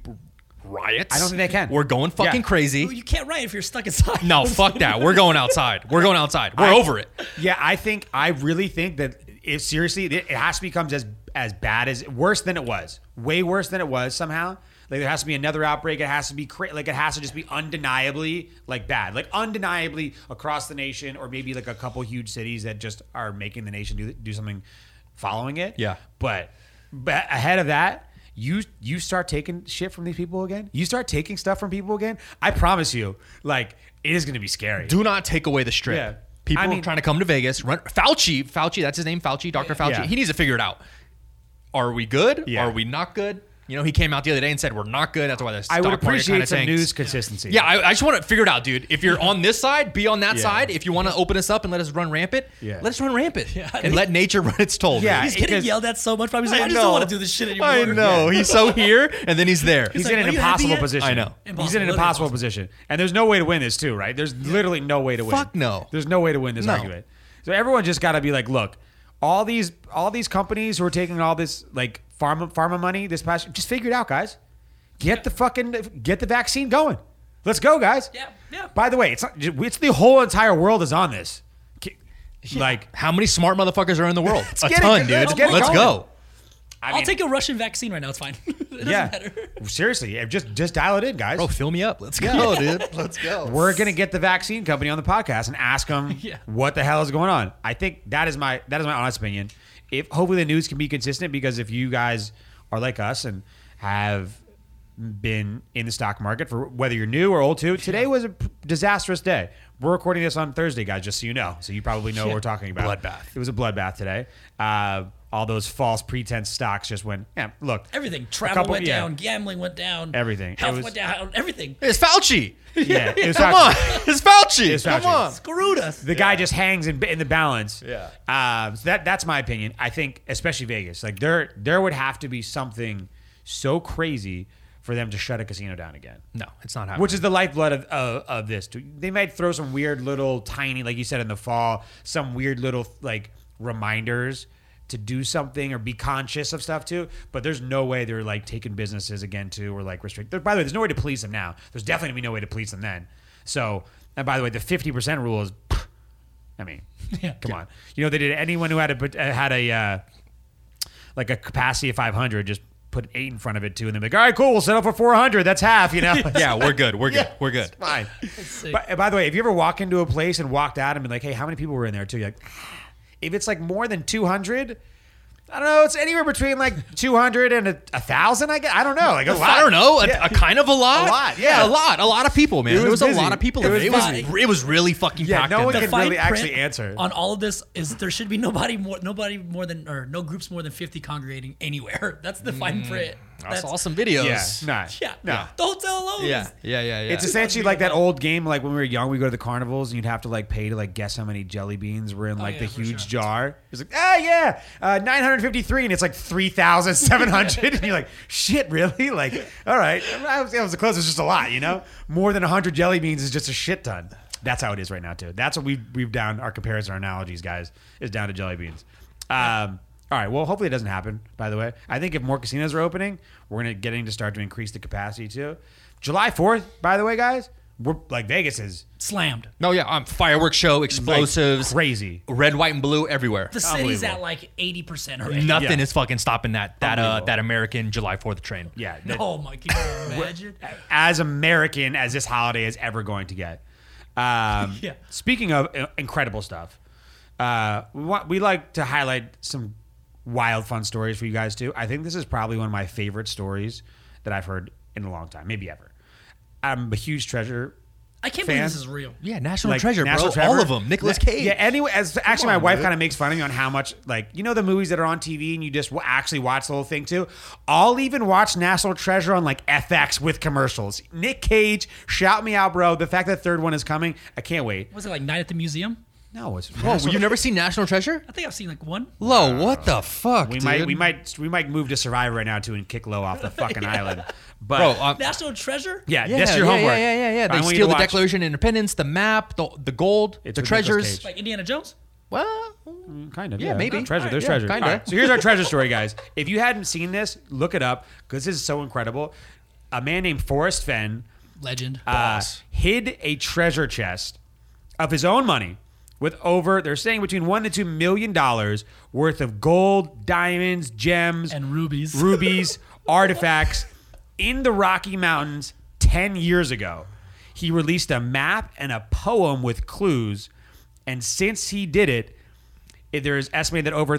S2: riots.
S3: I don't think they can.
S2: We're going fucking
S3: Yeah.
S2: crazy.
S1: Well, you can't write if you're stuck inside.
S2: No, fuck that. We're going outside. We're going outside. We're
S3: I-
S2: over it.
S3: Yeah, I think I really think that if seriously, it it has to become as as bad as worse than it was, way worse than it was somehow. Like there has to be another outbreak. It has to be cra- like it has to just be undeniably like bad, like undeniably across the nation, or maybe like a couple huge cities that just are making the nation do do something following it.
S2: Yeah.
S3: but but ahead of that. You you start taking shit from these people again. You start taking stuff from people again. I promise you, like it is going to be scary.
S2: Do not take away the strip.
S3: Yeah.
S2: People
S3: I mean-
S2: trying to come to Vegas. Run, Fauci, Fauci, that's his name, Fauci, Dr. Fauci.
S3: Yeah.
S2: He needs to figure it out. Are we good?
S3: Yeah.
S2: Are we not good? You know, he came out the other day and said we're not good. That's why the stock
S3: I would
S2: market kinda
S3: appreciate some
S2: tanks.
S3: news consistency.
S2: Yeah, I, I just want to figure it out, dude. If you're on this side, be on that
S3: Yeah.
S2: side. If you want to open us up and let us run rampant,
S3: Yeah.
S2: let us run rampant and let nature run its toll.
S3: Yeah,
S2: dude.
S1: He's getting
S3: Because-
S1: yelled at so much. Probably he's
S2: I
S1: like, I, just don't
S2: know.
S1: want to do this shit anymore.
S2: I know. He's so here and then he's there.
S3: He's
S1: like,
S3: in an
S1: "Are you happy
S3: impossible
S1: yet?"
S3: position.
S2: I know.
S3: He's in an
S1: Impossible.
S3: impossible position. And there's no way to win this, too, right? There's literally no way to win.
S2: Fuck no.
S3: There's no way to win this
S2: No.
S3: argument. So everyone just got to be like, look, all these all these companies who are taking all this like pharma pharma money this past year, just figure it out, guys. Get the fucking get the vaccine going. Let's go, guys.
S1: Yeah, yeah.
S3: By the way, it's not, it's the whole entire world is on this. Ki- Like
S2: How many smart motherfuckers are in the world? a
S3: get it-
S2: ton,
S3: let's
S2: dude. Let's,
S3: get it going.
S2: go.
S3: I
S1: I'll
S3: mean,
S1: take a Russian vaccine right now. It's fine. it doesn't
S3: yeah.
S1: matter.
S3: Seriously, just just dial it in, guys.
S2: Bro, Oh, fill me up. Let's go, dude. Let's go.
S3: we're gonna get the vaccine company on the podcast and ask them
S1: Yeah.
S3: what the hell is going on. I think that is my that is my honest opinion. If hopefully the news can be consistent because if you guys are like us and have been in the stock market for whether you're new or old too, today was a p- disastrous day. We're recording this on Thursday, guys, just so you know. So you probably know what
S1: Yeah.
S3: we're talking about.
S2: Bloodbath.
S3: It was a bloodbath today. Uh, all those false pretense stocks just went. Yeah, look,
S1: Everything.
S3: A
S1: Travel
S3: couple-
S1: went
S3: yeah.
S1: down. Gambling went down.
S3: Everything. It
S1: Health
S3: was-
S1: went down. Everything.
S2: It's Fauci.
S3: yeah, it was
S2: Come on.
S3: toxic.
S2: It's Fauci.
S3: It's
S2: Come
S3: Fauci.
S2: on.
S1: Screwed us.
S3: the guy just hangs in, in the balance.
S2: Yeah.
S3: Um, so that that's my opinion. I think, especially Vegas, like there there would have to be something so crazy for them to shut a casino down again.
S2: No, it's not happening.
S3: Which is the lifeblood of, of, of this. They might throw some weird little tiny, like you said in the fall, some weird little like reminders to do something or be conscious of stuff too. But there's no way they're like taking businesses again too or like restrict. There, by the way, there's no way to police them now. There's definitely gonna be no way to police them then. So, and by the way, the 50% rule is, I mean,
S1: Yeah.
S3: come on. You know, they did anyone who had a, pot- uh, had a, uh, like a capacity of 500, just put an eight in front of it too. And they're like, all right, cool. We'll settle for 400. That's half, you know?
S2: yeah, we're good. We're good. we're good.
S3: fine.
S1: sick.
S3: By, by the way, if you ever walk into a place and walked out and been like, hey, how many people were in there too? You're like, "Ah." if it's like more than 200, I don't know. It's anywhere between like 200 and a, a thousand, I guess. I don't know. Like a lot.
S2: I don't know. A, a kind of a lot.
S3: A lot, yeah.
S2: a lot. A lot of people, man.
S3: It
S2: There
S3: was
S2: was, a
S3: busy.
S2: lot of people.
S3: It
S2: in
S3: was
S2: there. It was, it
S1: busy.
S2: was, really fucking
S3: Yeah,
S2: packed
S3: no
S2: in
S3: one
S2: there.
S1: The
S3: could really
S1: fine
S3: actually
S1: print
S3: answer.
S1: on all of this is there should be nobody more nobody more than or no groups more than 50 congregating anywhere that's the fine print
S2: I
S1: that's
S2: saw some
S3: Yeah.
S2: videos.
S3: Nah.
S1: yeah
S3: Mm, No.
S1: the hotel alone
S2: yeah,
S1: is-
S2: yeah, yeah, yeah.
S3: It's essentially like that old game, like when we were young, we go to the carnivals and you'd have to like pay to like guess how many jelly beans were in like
S1: yeah,
S3: the
S1: for
S3: huge
S1: sure.
S3: jar. It's like, ah, yeah, uh, 953, and it's like 3,700. and you're like, shit, really? Like, all right. I was, I was close. It's just a lot, you know? More than 100 jelly beans is just a shit ton. That's how it is right now, too. That's what we've, we've down our comparison, our analogies, guys, is down to jelly beans. Um, all right. Well, hopefully it doesn't happen. By the way, I think if more casinos are opening, we're gonna getting to start to increase the capacity too. July fourth, by the way, guys, we're like Vegas is
S1: slammed
S2: no, yeah. Um, fireworks show,
S3: like,
S2: explosives,
S3: crazy.
S2: red, white, and blue everywhere.
S1: the city's
S3: Unbelievable.
S1: at like 80% already
S2: Nothing
S3: Yeah.
S2: is fucking stopping that that uh
S3: Unbelievable.
S2: that American July Fourth train.
S3: Yeah, that-
S1: oh my god can you imagine
S3: as American as this holiday is ever going to get. Um,
S1: Yeah.
S3: Speaking of uh, incredible stuff, uh, we, want, we like to highlight some wild, fun stories for you guys too. I think this is probably one of my favorite stories that I've heard in a long time, maybe ever. I'm a huge treasure.
S1: i can't
S3: Fan.
S1: believe this is real
S2: Yeah, National
S3: like,
S2: Treasure,
S3: National
S2: bro.
S3: Treasure.
S2: All of them. Nicolas
S3: Yeah,
S2: Cage.
S3: Yeah. Anyway, as actually, my
S2: on,
S3: wife
S2: dude.
S3: kind of makes fun of me on how much like you know the movies that are on TV and you just w- actually watch the whole thing too. I'll even watch National Treasure on like FX with commercials. Nick Cage, shout me out, bro. The fact that third one is coming, I can't wait.
S1: was it like night at the museum
S3: No, it's
S2: Oh,
S3: National-
S2: you've never seen National Treasure?
S1: I think I've seen like one.
S2: Lo, what the fuck,
S3: we
S2: dude?
S3: might we might we might move to Survivor right now too and kick low off the fucking island. But
S2: Bro, um,
S1: National Treasure.
S3: yeah,
S2: yeah,
S3: that's your
S2: yeah,
S3: homework.
S2: Yeah, yeah, yeah.
S3: I
S2: They
S3: want you
S2: steal
S3: to
S2: the
S3: watch-
S2: Declaration of Independence, the map, the the gold,
S3: It's
S2: the
S3: with Nicolas
S2: treasures.
S3: Cage.
S1: Like Indiana Jones.
S2: Well,
S3: Kind of.
S2: Yeah, maybe.
S3: Treasure. There's
S2: Yeah,
S3: treasure.
S2: kinda.
S3: All right, so here's our treasure story, guys. If you hadn't seen this, look it up because this is so incredible. A man named Forrest Fenn
S1: Legend.
S3: uh,
S2: Boss.
S3: hid a treasure chest of his own money with over they're saying between one to two million dollars worth of gold, diamonds, gems,
S1: And rubies.
S3: rubies, artifacts in the Rocky Mountains ten years ago. He released a map and a poem with clues, and since he did it. It- There is estimated that over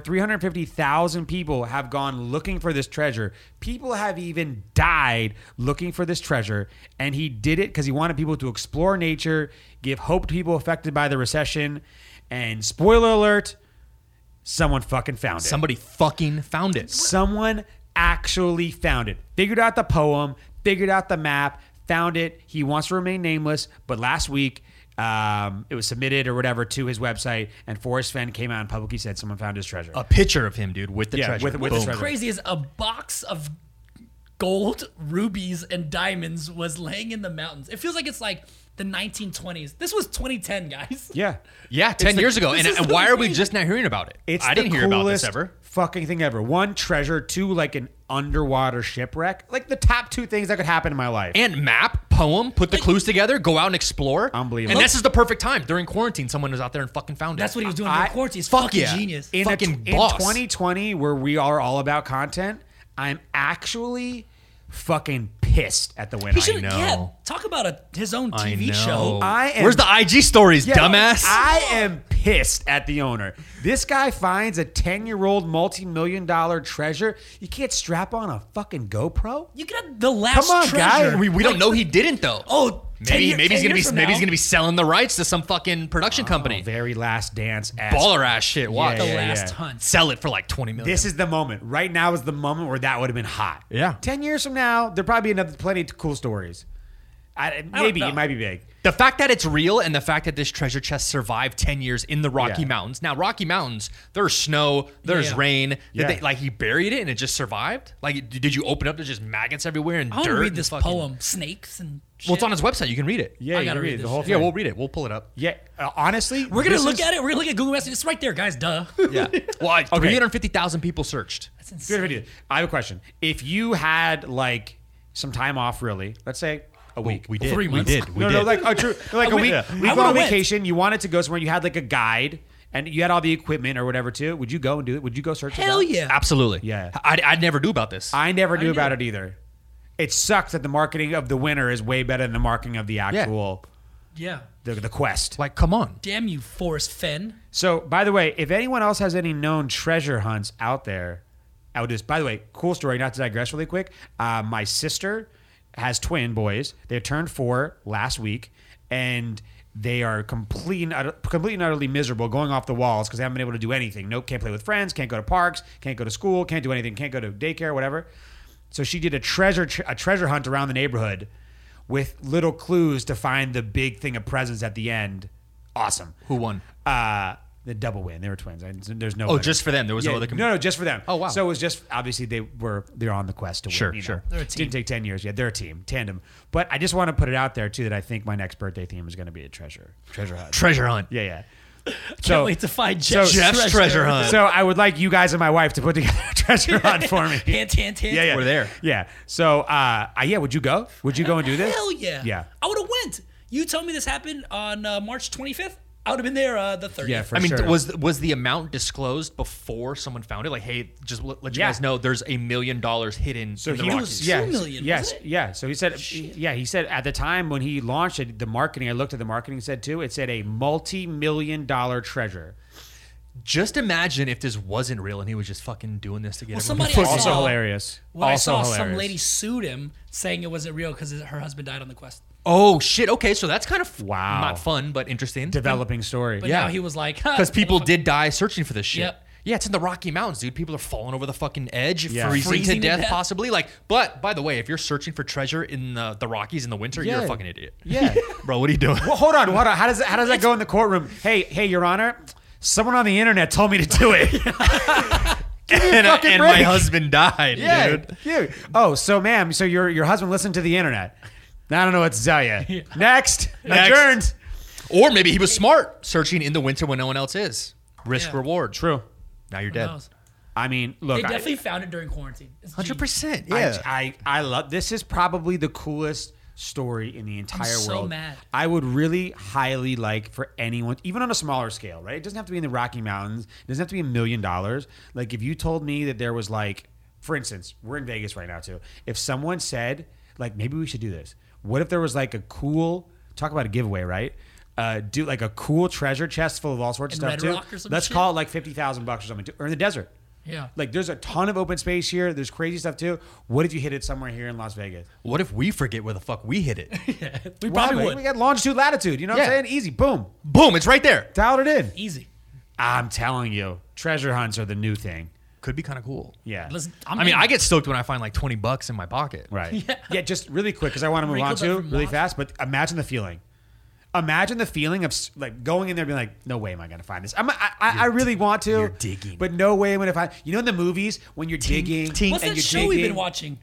S3: 350,000 people have gone looking for this treasure. People have even died looking for this treasure. And he did it because he wanted people to explore nature, give hope to people affected by the recession. And spoiler alert, someone fucking found it.
S2: somebody fucking found it.
S3: someone actually found it. Figured out the poem, figured out the map, found it. He wants to remain nameless, but last week, um, it was submitted or whatever to his website, and Forrest Fenn came out and publicly said someone found his treasure.
S2: A picture of him, dude, with the
S3: Yeah,
S2: treasure.
S3: with- with the
S2: Boom.
S3: treasure.
S1: Crazy is a box of gold, rubies, and diamonds was laying in the mountains. It feels like it's like the 1920s. This was 2010, guys.
S3: Yeah.
S2: Yeah, ten years ago, and,
S1: this is
S2: and why are we
S1: amazing.
S2: just now hearing about it?
S3: It's
S2: I
S3: the
S2: didn't hear about this
S3: coolest
S2: ever.
S3: Fucking thing ever. One treasure, two like an underwater shipwreck. Like the top two things that could happen in my life.
S2: And map, poem, put the clues together, go out and explore.
S3: Unbelievable.
S2: And this is the perfect time during quarantine. Someone was out there and fucking found it.
S1: That's what he was doing
S3: I-
S1: in quarantine. He's
S2: fuck
S1: fucking
S2: yeah.
S1: genius.
S3: in,
S2: fucking
S3: a, tw-
S2: boss.
S3: in 2020 where we are all about content, I'm actually fucking pissed at the win.
S1: he
S3: I
S1: should
S3: know.
S1: yeah, talk about a, his own
S2: I
S1: TV
S2: know.
S1: show.
S3: I am-
S2: Where's the IG stories,
S3: Yeah,
S2: dumbass?
S3: I am pissed at the owner. This guy finds a 10-year-old multi-million dollar treasure. You can't strap on a fucking GoPro?
S1: you got the last
S3: Come on,
S1: treasure.
S3: guy.
S2: we we don't know he didn't though.
S1: Oh, 10
S2: maybe
S1: year-
S2: maybe
S1: 10
S2: he's gonna be
S1: years from
S2: maybe
S1: now.
S2: he's gonna be selling the rights to some fucking production company.
S3: Oh, Very last dance ass
S2: Baller ass shit. Watch.
S1: the
S3: yeah,
S1: last
S3: yeah.
S1: hunt.
S2: Sell it for like twenty million.
S3: This is the moment. Right now is the moment where that would have been hot.
S2: Yeah.
S3: Ten years from now, there'll probably be another plenty of cool stories. I, maybe
S1: know.
S3: it might be big.
S2: The fact that it's real and the fact that this treasure chest survived 10 years in the Rocky
S3: Yeah.
S2: Mountains. Now, Rocky Mountains, there's snow, there's
S1: Yeah.
S2: rain. Did
S3: Yeah.
S2: they- like, he buried it and it just survived? Like, d- did you open up? There's just maggots everywhere and
S1: I
S2: dirt.
S1: want to read
S2: and
S1: this
S2: fucking-
S1: poem. Snakes and shit.
S2: Well, it's on his website. You can read it.
S3: Yeah,
S1: I
S3: you
S1: gotta
S3: read
S1: read
S3: the
S1: this
S3: whole
S1: shit.
S3: thing.
S2: Yeah, we'll read it. We'll pull it up.
S3: Yeah, uh, honestly,
S1: We're gonna
S3: this
S1: look
S3: is-
S1: at it. We're gonna look at Google Maps. It's right there, guys. Duh.
S2: Yeah. well, 350,000 people searched.
S1: That's
S3: Here's what I
S1: insane.
S3: do. I have a question. If you had like some time off, really, let's say a week,
S2: We did.
S1: Three
S2: we
S1: months.
S2: did. We
S3: no,
S2: did.
S3: no, like a true, like a
S1: went-
S3: week.
S1: yeah.
S3: We
S1: I
S3: go on
S1: would've went.
S3: vacation. You wanted to go somewhere. You had like a guide, and you had all the equipment or whatever too. Would you go and do it? Would you go search? it
S1: Hell
S3: out?
S1: yeah.
S2: Absolutely.
S3: Yeah.
S2: I, I'd never do about this.
S3: I never knew
S1: knew
S3: about it either. It sucks that the marketing of the winner is way better than the marketing of the actual
S1: Yeah.
S3: the, the quest.
S2: like, come on.
S1: Damn you, Forrest Fenn.
S3: So, by the way, if anyone else has any known treasure hunts out there, I would just. By the way, cool story. Not to digress really quick. Uh, my sister has twin boys. They turned four last week, and they are complete and utter, completely and utterly miserable, going off the walls because they haven't been able to do anything. Nope, can't play with friends, can't go to parks, can't go to school, can't do anything, can't go to daycare, whatever. So she did a treasure a treasure hunt around the neighborhood with little clues to find the big thing of presents at the end. Awesome.
S2: Who won?
S3: Uh, the double win. They were twins. I, there's no.
S2: Oh, just for them. There was no other. com-
S3: No, no, just for them.
S2: Oh, wow.
S3: So it was just obviously they were they're on the quest to win.
S2: Sure,
S3: you know.
S2: sure.
S1: They're a team.
S3: Didn't take ten years. Yeah, they're a team, tandem. But I just want to put it out there too that I think my next birthday theme is going to be a treasure treasure hunt.
S2: treasure hunt.
S3: Yeah, yeah.
S1: Can't
S3: So
S1: wait to find
S3: so-
S1: Jeff.
S2: Jeff's treasure hunt.
S3: so I would like you guys and my wife to put together a treasure hunt for me.
S1: Hint, hint, hint.
S3: Yeah, yeah.
S2: We're there.
S3: Yeah. So, uh, uh, yeah. Would you go? Would you go and do this?
S1: Hell yeah.
S3: Yeah.
S1: I would have went. You told me this happened on uh, March 25th. I would have been there uh, the 30th.
S3: Yeah. For
S2: I mean,
S3: sure.
S2: th- was was the amount disclosed before someone found it? Like, hey, just let, let you
S3: Yeah.
S2: guys know there's a million dollars hidden. So in the
S1: he
S2: Rockies.
S1: was-
S3: yes,
S1: Two million,
S3: Yes,
S1: wasn't it?
S3: yeah. So he said, yeah, he said at the time when he launched it, the marketing. I looked at the marketing said too. It said a multi-million dollar treasure.
S2: just imagine if this wasn't real and he was just fucking doing this to get
S1: Well,
S2: everyone.
S1: somebody I
S3: Also
S1: saw,
S3: hilarious.
S1: Well,
S3: Also
S1: I saw some
S3: hilarious.
S1: lady sued him saying it wasn't real because her husband died on the quest.
S2: oh shit! Okay, so that's kind of
S3: Wow.
S2: not fun but interesting
S3: Developing story.
S1: But
S2: Yeah.
S1: now he was like, huh,
S2: because people did die searching for this shit.
S1: Yep.
S2: Yeah, it's in the Rocky Mountains, dude. People are falling over the fucking edge,
S3: Yeah.
S2: freezing,
S1: Freezing
S2: to
S1: to
S2: death,
S1: death.
S2: possibly. Like, but by the way, if you're searching for treasure in the, the Rockies in the winter, you're
S3: Yeah.
S2: a fucking idiot.
S3: Yeah.
S2: Bro, what are you doing?
S3: well, hold on, hold on. How does that, how does that go in the courtroom? Hey, hey, Your Honor, someone on the internet told me to do it. uh,
S2: and
S3: fucking break.
S2: and my husband died,
S3: yeah,
S2: dude.
S3: dude. Oh, so ma'am, so your your husband listened to the internet. I don't know what to tell you. Next,
S2: Next.
S3: adjourned.
S2: Or maybe he was smart searching in the winter when no one else is. Risk
S1: Yeah.
S2: reward.
S3: True.
S2: Now you're
S1: Who
S2: dead.
S1: knows?
S3: I mean,
S1: They
S3: look, I-
S1: definitely found it during quarantine. It's
S2: Hundred
S1: genius.
S2: percent.
S3: I-
S2: Yeah.
S3: I, I, love this is probably the coolest story in the entire
S1: so
S3: world.
S1: mad.
S3: I would really highly like for anyone, even on a smaller scale, right? It doesn't have to be in the Rocky Mountains. It doesn't have to be a million dollars. Like if you told me that there was like, for instance, we're in Vegas right now too. If someone said like maybe we should do this, what if there was like a cool talk about a giveaway, right? Uh, do like a cool treasure chest full of all sorts of
S1: In
S3: stuff
S1: Red
S3: too.
S1: Rock or some
S3: Let's
S1: shit?
S3: call it like fifty thousand bucks or something, too, or in the desert.
S1: Yeah.
S3: Like there's a ton of open space here. There's crazy stuff too. What if you hit it somewhere here in Las Vegas?
S2: what if we forget where the fuck we hit it?
S1: We probably
S3: Wow,
S1: would.
S3: We got longitude, latitude. You know what
S2: Yeah.
S3: I'm saying? Easy. Boom.
S2: Boom, it's right there.
S3: Dialed it in.
S1: Easy.
S3: I'm telling you, treasure hunts are the new thing.
S2: Could be kind of cool.
S3: Yeah.
S1: Listen,
S2: i
S1: I'm
S2: mean,
S1: in.
S2: I get stoked when I find like 20 bucks in my pocket.
S3: Right. Yeah.
S1: Yeah.
S3: just really quick because I want to move
S1: Wrinkle
S3: on
S1: that
S3: to
S1: from
S3: really
S1: Lost.
S3: fast. But imagine the feeling. Imagine the feeling of s- like going in there, and being like, "No way am I going to find this. I'm, I, I, I really want to.
S2: you're digging.
S3: but no way I'm going to find. You know, in the movies when you're digging,
S2: ting.
S1: What's
S3: and
S1: that
S3: you're
S1: show
S3: digging.
S1: we've been watching?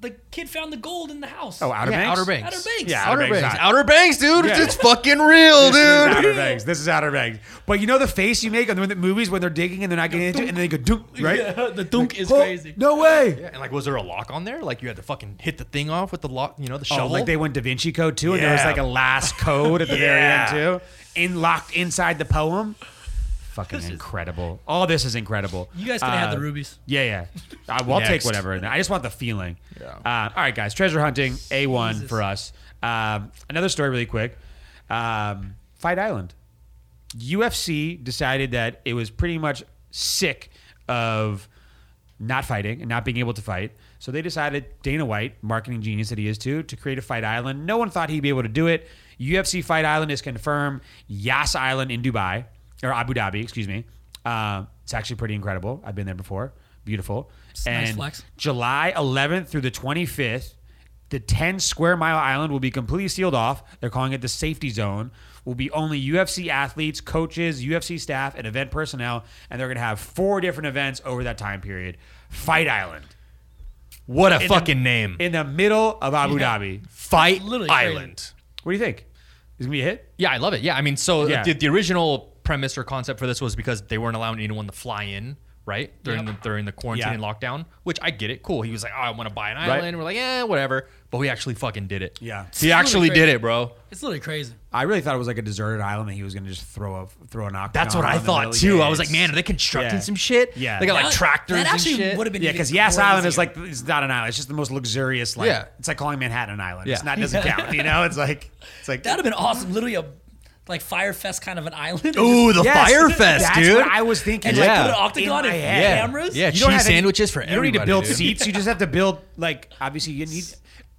S1: The kid found the gold in the house.
S3: Oh, Outer
S2: Yeah,
S3: Banks.
S2: Outer Banks.
S1: Outer Banks.
S3: Yeah,
S2: Outer,
S3: Outer Banks.
S2: Banks. Outer Banks, dude.
S3: Yeah.
S2: It's fucking real,
S3: This is
S2: Oh, dude.
S3: Outer Banks. This is Outer Banks. But you know the face you make on the, the movies when they're digging and they're not getting into it, and then they go dunk, right?
S1: Yeah, the dunk is
S3: Oh,
S1: crazy.
S3: No way.
S2: And like, was there a lock on there? Like, you had to fucking hit the thing off with the lock, you know, the
S3: Oh,
S2: shovel.
S3: like they went Da Vinci Code too, and there was
S2: Yeah.
S3: like a last code at the
S2: Yeah.
S3: very end too, in locked inside the poem. Fucking incredible! All this is incredible.
S1: You guys could have had
S3: Uh,
S1: the rubies.
S3: Yeah, yeah. I will take
S2: Next.
S3: whatever. I just want the feeling.
S2: Yeah.
S3: Uh, all right, guys. Treasure hunting, a one
S1: Jesus.
S3: for us. Um, another story, really quick. Um, Fight Island. UFC decided that it was pretty much sick of not fighting and not being able to fight. So they decided Dana White, marketing genius that he is too, to create a Fight Island. No one thought he'd be able to do it. UFC Fight Island is confirmed. Yas Island in Dubai or Abu Dhabi, excuse me. Um, it's actually pretty incredible. I've been there before. Beautiful.
S1: nice
S3: and
S1: flex.
S3: July 11th through the 25th, the 10 square mile island will be completely sealed off. They're calling it the safety zone. Will be only UFC athletes, coaches, UFC staff, and event personnel, and they're going to have four different events over that time period. Fight Island
S2: what a
S3: in the-
S2: fucking name.
S3: in the middle of Abu
S1: Yeah.
S3: Dhabi.
S2: Fight
S1: Literally crazy.
S2: Island.
S3: What do you think? Is it going to be a hit?
S2: Yeah, I love it. Yeah, I mean, so
S3: Yeah.
S2: the, the original premise or concept for this was because they weren't allowing anyone to fly in, right? During
S1: Yep.
S2: the during the quarantine
S3: Yeah.
S2: and lockdown, which I get it. Cool. He was like, oh, I want to buy an
S3: Right.
S2: island. We're like, yeah, whatever. But we actually fucking did it.
S3: Yeah.
S2: he
S1: Totally
S2: actually
S1: crazy.
S2: did it, bro.
S1: It's literally crazy.
S3: I really thought it was like a deserted island that he was going to just throw a throw an octagon.
S2: That's what I
S3: on Oh, the
S2: thought
S3: middle.
S2: too.
S3: Yeah,
S2: I was like,
S3: it's-
S2: man, are they constructing
S3: Yeah.
S2: some shit?
S3: Yeah.
S2: they got like
S1: That-
S2: tractors.
S1: That actually
S2: and shit.
S1: would have been
S3: Yeah,
S1: even
S3: because Yas Island is
S1: crazier.
S3: like it's not an island. It's just the most luxurious. Like,
S2: Yeah.
S3: it's like calling Manhattan an island. It's
S2: Yeah.
S3: not doesn't count. You know, it's like it's like
S1: That'd have been awesome. Literally a like fire fest kind of an island.
S2: Ooh, the
S3: Yes,
S2: Fire Fest,
S3: that's
S2: dude.
S3: What I was thinking.
S1: and
S2: Yeah.
S1: like
S3: Like,
S1: put an
S3: in
S1: octagon
S3: my
S1: and
S3: head.
S1: cameras.
S2: Yeah,
S3: don't
S2: cheese
S3: have any-
S2: sandwiches for
S3: you don't need to
S2: everybody,
S3: build
S2: dude.
S3: seats. You just have to build like obviously you need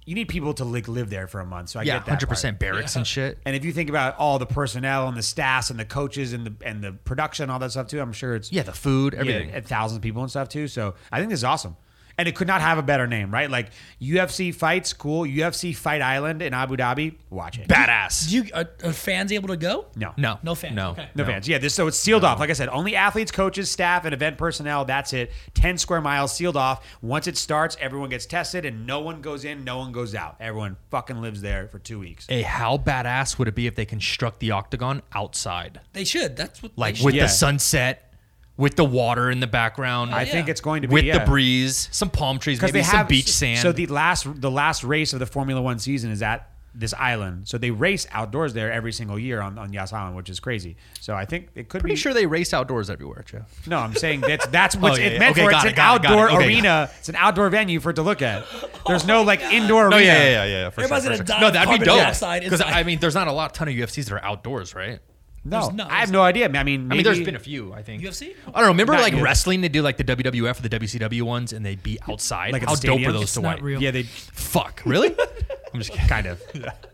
S3: you need people to like live there for a month. So I
S2: yeah,
S3: get that.
S2: hundred percent
S3: part.
S2: barracks and shit.
S3: And if you think about all the personnel and the staffs and the coaches and the and the production, all that stuff too, I'm sure it's
S2: Yeah, the food,
S3: yeah,
S2: everything.
S3: and thousands of people and stuff too. So I think this is awesome. And it could not have a better name, right? Like UFC fights, cool. UFC Fight Island in Abu Dhabi, watch it.
S2: Badass.
S1: Do you are, are fans able to go?
S3: No,
S2: no,
S1: No fans,
S2: No,
S1: okay.
S3: no, fans. Yeah, this so it's sealed off. Like I said, only athletes, coaches, staff, and event personnel. That's it. Ten square miles sealed off. Once it starts, everyone gets tested, and no one goes in, no one goes out. Everyone fucking lives there for two weeks.
S2: Hey, how badass would it be if they construct the octagon outside,
S1: They should. That's what
S2: like
S1: they
S2: with
S1: should.
S3: Yeah.
S2: the sunset, with the water in the background?
S3: I
S1: yeah.
S3: think it's going to be
S2: with
S3: yeah.
S2: the breeze, some palm trees,
S3: because
S2: maybe
S3: they
S2: some
S3: have
S2: beach sand.
S3: So the last the last race of the Formula One season is at this island. So they race outdoors there every single year on, on Yas Island, which is crazy. So I think it could
S2: Pretty
S3: be.
S2: sure they race outdoors everywhere, Joe.
S3: No, I'm saying that's that's what
S2: Oh, yeah,
S3: it
S2: yeah.
S3: meant
S2: Okay,
S3: for. It's
S2: got
S3: an
S2: it, got it, got it.
S3: outdoor
S2: Okay,
S3: arena. It's an outdoor venue for it to look at. There's no like indoor arena.
S2: Oh, yeah. For
S1: Everybody's gonna die
S2: No,
S1: of
S2: that'd be
S1: carbon
S2: dope.
S1: dioxide
S2: Because
S1: inside.
S2: I mean, there's not a lot ton of UFCs that are outdoors, right?
S3: No,
S1: There's no-
S3: I have no idea. I mean,
S2: I mean,
S3: maybe,
S2: there's been a few. I think
S1: UFC?
S2: I don't know. Remember,
S3: Not
S2: like
S3: yet.
S2: wrestling, they do like the WWF or the WCW ones, and they'd be outside.
S3: Like at
S2: How
S3: the
S2: dope
S3: stadium?
S2: were those
S3: It's
S2: to
S1: not
S2: watch?
S1: real.
S3: Yeah, they
S2: Fuck, really? I'm just kidding.
S3: kind of.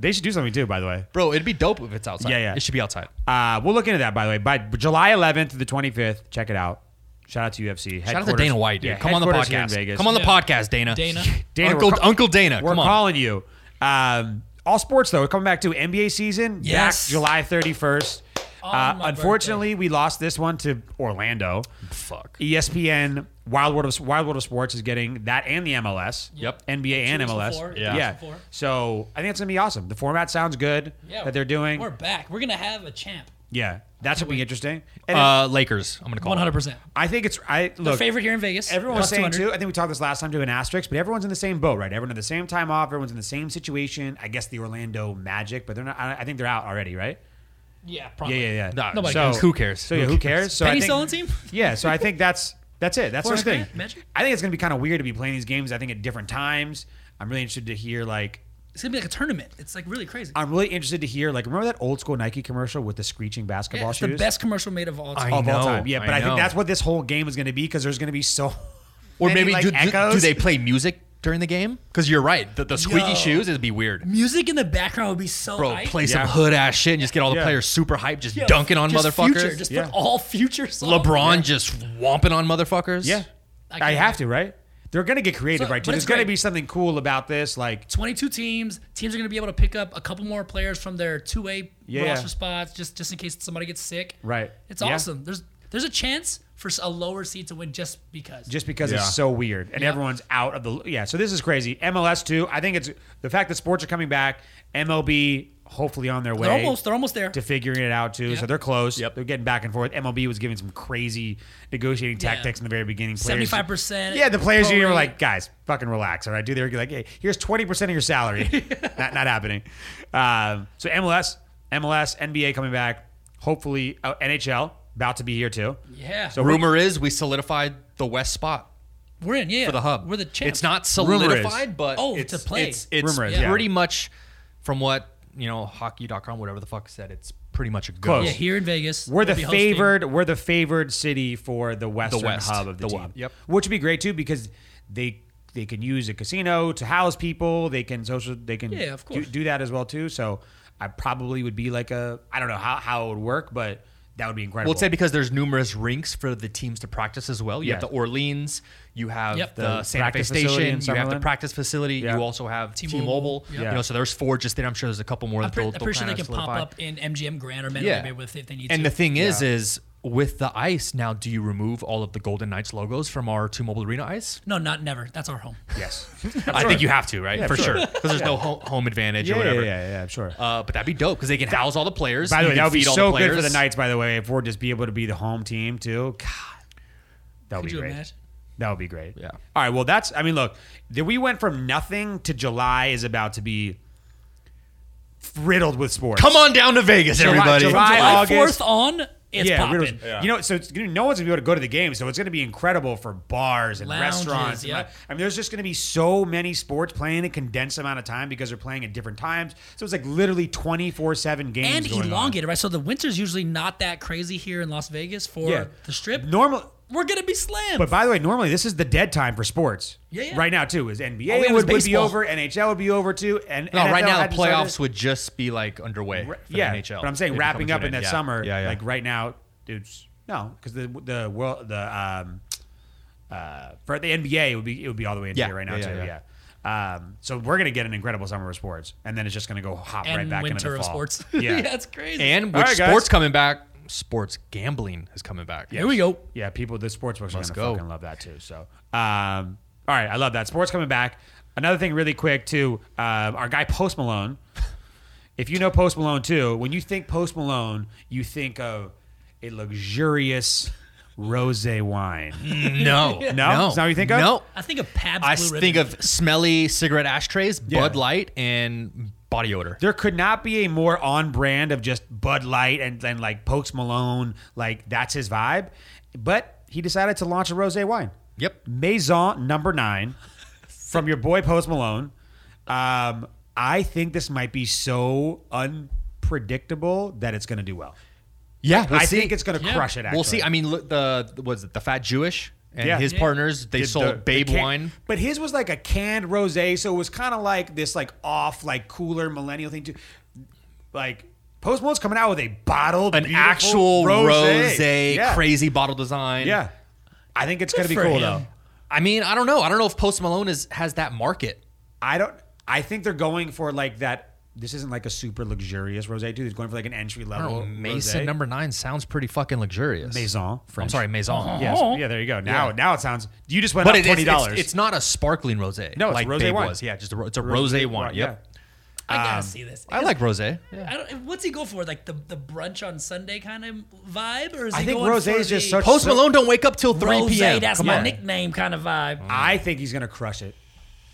S3: They should do something too. By the way,
S2: Bro, it'd be dope if it's outside.
S3: Yeah, yeah.
S2: It should be outside.
S3: uh, we'll look into that. By the way, by July 11th to the 25th, check it out. Shout out to UFC.
S2: Shout out to
S3: Headquarters-
S2: Dana White, dude.
S3: yeah,
S2: Come on the
S3: headquarters here in
S2: podcast.
S3: Vegas.
S2: Come on the
S1: Yeah.
S2: podcast, Dana.
S1: Dana.
S3: Dana,
S2: Uncle,
S3: we're call-
S2: Uncle Dana.
S3: We're
S2: Come on.
S3: calling you. Um, all sports though. We're coming back to NBA season.
S1: Yes.
S3: Back July 31st.
S1: On
S3: Uh,
S1: my
S3: unfortunately, we lost this one to Orlando. E
S2: Fuck.
S3: ESPN, Wild World of Wild World of Sports is getting that and the MLS.
S2: Yep.
S3: NBA and
S1: Two weeks
S3: MLS.
S1: before,
S2: Yeah.
S1: two
S3: Yeah.
S1: weeks before.
S3: So I think it's gonna be awesome. The format sounds good
S1: Yeah,
S3: that they're doing.
S1: We're back. We're gonna have a champ.
S3: Yeah. That's gonna be interesting. And
S2: Uh, Lakers. I'm going to call
S1: One hundred
S2: it.
S1: percent.
S3: I think it's I
S1: The
S3: look
S1: favorite here in Vegas.
S3: Everyone was
S1: plus
S3: saying
S1: 200.
S3: too. I think we talked this last time to an asterisk, but everyone's in the same boat, right? Everyone at the same time off. Everyone's in the same situation. I guess the Orlando Magic, but they're not. I I think they're out already, right?
S1: Yeah,
S3: Yeah,
S1: probably.
S3: yeah, yeah.
S2: Nah,
S1: Nobody
S3: so,
S1: cares.
S2: Who cares?
S3: So yeah, who cares? So I
S1: Penny
S3: think-
S1: selling team?
S3: Yeah, so I think that's that's it. That's the
S1: Forrest
S3: thing.
S1: Grant, Magic?
S3: I think it's gonna be kind of weird to be playing these games. I think at different times. I'm really interested to hear like.
S1: It's gonna be like a tournament. It's like really crazy.
S3: I'm really interested to hear like. Remember that old school Nike commercial with the screeching basketball
S1: Yeah, it's
S3: shoes?
S1: the best commercial made of all time.
S2: I
S3: of all
S2: know,
S3: time. Yeah,
S2: I
S3: but I,
S2: know.
S3: think that's what this whole game is gonna be because there's gonna be so.
S2: Or
S3: many,
S2: maybe
S3: like,
S2: do, do- do,
S3: echoes.
S2: they play music during the game? Because you're right. The, the squeaky
S1: Yo.
S2: shoes, it'd be weird.
S1: Music in the background would be so.
S2: Bro,
S1: hype.
S2: play
S3: Yeah.
S2: some hood ass shit and just get all the
S3: Yeah.
S2: players super hyped, just
S1: Yo,
S2: dunking on
S1: just
S2: motherfuckers.
S1: Future, just
S3: Yeah.
S1: put all future songs.
S2: LeBron just whomping on motherfuckers.
S3: Yeah,
S1: I
S3: I,
S1: can't-
S3: have to, right? They're gonna get creative,
S1: So-
S3: right?
S1: but
S3: There's
S1: it's
S3: gonna
S1: great.
S3: be something cool about this, like
S1: 22 teams. Teams are going to be able to pick up a couple more players from their two-way
S3: Yeah.
S1: roster spots, just just in case somebody gets sick.
S3: Right.
S1: It's
S3: Yeah.
S1: awesome. There's there's a chance for a lower seed to win just because.
S3: just because
S2: Yeah.
S3: it's so weird and
S1: Yeah.
S3: everyone's out of the yeah. So this is crazy. MLS too. I think it's the fact that sports are coming back. MLB hopefully on their way.
S1: they're almost they're almost there.
S3: to figuring it out too.
S1: Yeah.
S3: So they're close.
S2: Yep.
S3: They're getting back and forth. MLB was giving some crazy negotiating
S1: Yeah.
S3: tactics in the very beginning. Players-
S1: 75%.
S3: Yeah, the players
S1: pro
S3: union were
S1: rate.
S3: like, guys, fucking relax. All right, do they're like, hey, here's twenty percent of your salary. not not happening. Um, so MLS, MLS, NBA coming back. Hopefully uh, NHL about to be here too.
S1: Yeah.
S3: So
S2: Rumor is we solidified the West spot.
S1: we're in. Yeah.
S2: for the hub.
S1: We're the champs.
S2: It's not
S3: Rumor is.
S2: solidified, but
S1: Oh,
S2: it's,
S1: to play.
S2: It's, it's
S3: Rumor is, yeah.
S2: pretty much from what you know, hockey.com, whatever the fuck said. It's pretty much a go.
S3: Close.
S1: Yeah, here in Vegas.
S3: We're the
S1: we'll be hosting.
S3: favored. We're the favored city for the western
S2: West.
S3: hub of the,
S2: The
S3: team.
S2: West, yep.
S3: Which would be great too because they they can use a casino to house people. They can social. They can
S1: Yeah, of
S3: do,
S1: course.
S3: do that as well too. So I probably would be like a I don't know how how it would work, but that would be incredible.
S2: Well, it's said because there's numerous rinks for the teams to practice as well. You have
S3: Yeah.
S2: the Orleans, you have
S1: Yep.
S2: the,
S1: The
S2: Santa Fe
S3: practice facility in
S2: Station, you have the
S3: Summerlin.
S2: practice facility,
S3: Yeah.
S2: you also have
S1: T-Mobile.
S2: T-Mobile.
S1: Yeah.
S2: You know, so there's four just there. I'm sure there's a couple more.
S1: I'm
S2: that
S1: pretty,
S2: they'll,
S1: I'm pretty sure
S2: they'll
S1: they
S2: kinda
S1: can pop up
S2: solidify.
S1: in MGM Grand or Mandalay Bay with if they need
S2: and
S1: to.
S2: the thing is,
S3: Yeah.
S2: is with the ice now, do you remove all of the Golden Knights logos from our T-Mobile Arena ice?
S1: no, not never. That's our home.
S3: yes.
S2: I think you have to, right? For
S3: sure.
S2: sure, because there's no ho- home advantage
S3: yeah,
S2: or
S3: yeah,
S2: whatever.
S3: yeah, yeah, I'm sure.
S2: Uh, but that'd be dope because they can house all the players.
S3: by the
S2: You
S3: way,
S2: can
S3: that would be
S2: feed all the
S3: so good for the
S2: players.
S3: Knights. By the way, if we're just be able to be the home team too. God, that would
S1: Could
S3: be
S1: you
S3: great.
S1: imagine?
S3: That would be great.
S2: Yeah.
S3: All right. Well, that's. I mean, look, th- we went from nothing to July is about to be riddled with sports.
S2: Come on down to Vegas,
S3: July-
S2: everybody.
S3: July- By
S1: July
S3: August-
S1: fourth on, it's
S3: yeah,
S1: popping.
S3: riddled- You know, so it's, you know, no one's gonna be able to go to the game, so it's gonna be incredible for bars and
S1: Lounges,
S3: restaurants. and
S1: yeah.
S3: li- I mean, there's just gonna be so many sports playing in a condensed amount of time because they're playing at different times. So it's like literally 24 seven games
S1: and
S3: going on.
S1: elongated, right? So the winter's usually not that crazy here in Las Vegas for
S3: Yeah.
S1: the strip.
S3: Normally,
S1: We're gonna be slammed.
S3: But by the way, normally this is the dead time for sports.
S1: Yeah, Oh, yeah.
S3: Right now too is
S1: All we
S3: NBA
S1: have
S3: would,
S1: is
S3: would be
S1: baseball.
S3: over, NHL would be over too, and
S2: No, right
S3: NFL
S2: now the
S3: hadn't
S2: playoffs
S3: started.
S2: would just be like underway. For
S3: yeah,
S2: the NHL.
S3: but I'm saying
S2: It'd be coming
S3: wrapping
S2: to
S3: up
S2: an
S3: in that
S2: end. Yeah.
S3: summer,
S2: Yeah, yeah.
S3: like right now, it's no, because the the world the um uh for the NBA it would be it would be all the way into
S2: Yeah,
S3: here right now
S2: yeah,
S3: too,
S2: yeah,
S3: yeah.
S2: yeah.
S3: Um, so we're gonna get an incredible summer of sports, and then it's just gonna go hop
S1: and
S3: right back into
S1: winter
S3: the
S1: of
S3: fall.
S1: sports.
S3: Yeah,
S1: that's crazy.
S2: And with
S3: All right, guys.
S2: sports coming back, sports gambling is coming back.
S1: here we go.
S3: Yeah, people, the sports books are
S2: Let's
S3: gonna
S2: go.
S3: fucking love that too. So, um, all right, I love that. Sports coming back. Another thing, really quick too. Um, our guy Post Malone. If you know Post Malone too, when you think Post Malone, you think of a luxurious rosé wine.
S2: No, no,
S3: Is that what you think of?
S2: No,
S1: I think of Pabst
S2: I
S1: Blue
S2: think
S1: Ribbon.
S2: of smelly cigarette ashtrays, Bud Light, and body odor.
S3: There could not be a more on brand of just Bud Light and then like Post Malone, like that's his vibe. But he decided to launch a rosé wine.
S2: Yep.
S3: Maison number nine from your boy Post Malone. Um, I think this might be so unpredictable that it's going to do well.
S2: Yeah,
S3: I think it's going to
S1: Yeah.
S3: crush it. Actually.
S2: We'll see. I mean, look, the was it the fat Jewish and
S3: Yeah.
S2: his
S3: Yeah.
S2: partners? They
S3: Did the-
S2: sold
S3: the
S2: Babe
S3: can-
S2: wine.
S3: but his was like a canned rosé, so it was kind of like this, like off, like cooler millennial thing too. Like Post Malone's coming out with a bottled,
S2: an
S3: beautiful
S2: actual rose,
S3: Yeah.
S2: crazy bottle design.
S3: Yeah. I think it's
S1: Good
S3: gonna be
S1: for
S3: cool
S1: him.
S3: though.
S2: I mean, I don't know. I don't know if Post Malone is has that market.
S3: I don't. I think they're going for like that. This isn't like a super luxurious rosé too. It's going for like an entry
S2: I don't
S3: level
S2: know. Oh, Mason
S3: rosé.
S2: number nine sounds pretty fucking luxurious.
S3: maison.
S2: I'm
S3: French.
S2: sorry, Maison.
S3: Yes.
S1: Oh.
S3: Yeah. There you go. Now,
S2: Yeah.
S3: now it sounds. You just went
S2: But
S3: up
S2: it is,
S3: twenty
S2: it's,
S3: dollars.
S2: it's not a sparkling rosé.
S3: No, it's
S2: like
S3: rosé
S2: Babe
S3: wine.
S2: was. Yeah, just a, ro- it's a rosé wine. Yep.
S1: I gotta
S3: um,
S1: see this.
S2: I like rosé.
S1: I don't, what's he go for? Like the, the brunch on Sunday kind of vibe, or is
S3: I
S1: he
S3: think
S1: going
S3: rosé
S1: for
S3: is just
S1: the
S3: such-
S2: Post
S3: So-
S2: Malone don't wake up till 3
S1: rosé,
S2: p.m.
S1: That's
S2: Come
S1: my
S2: on.
S1: nickname kind of vibe.
S3: I think he's gonna crush it.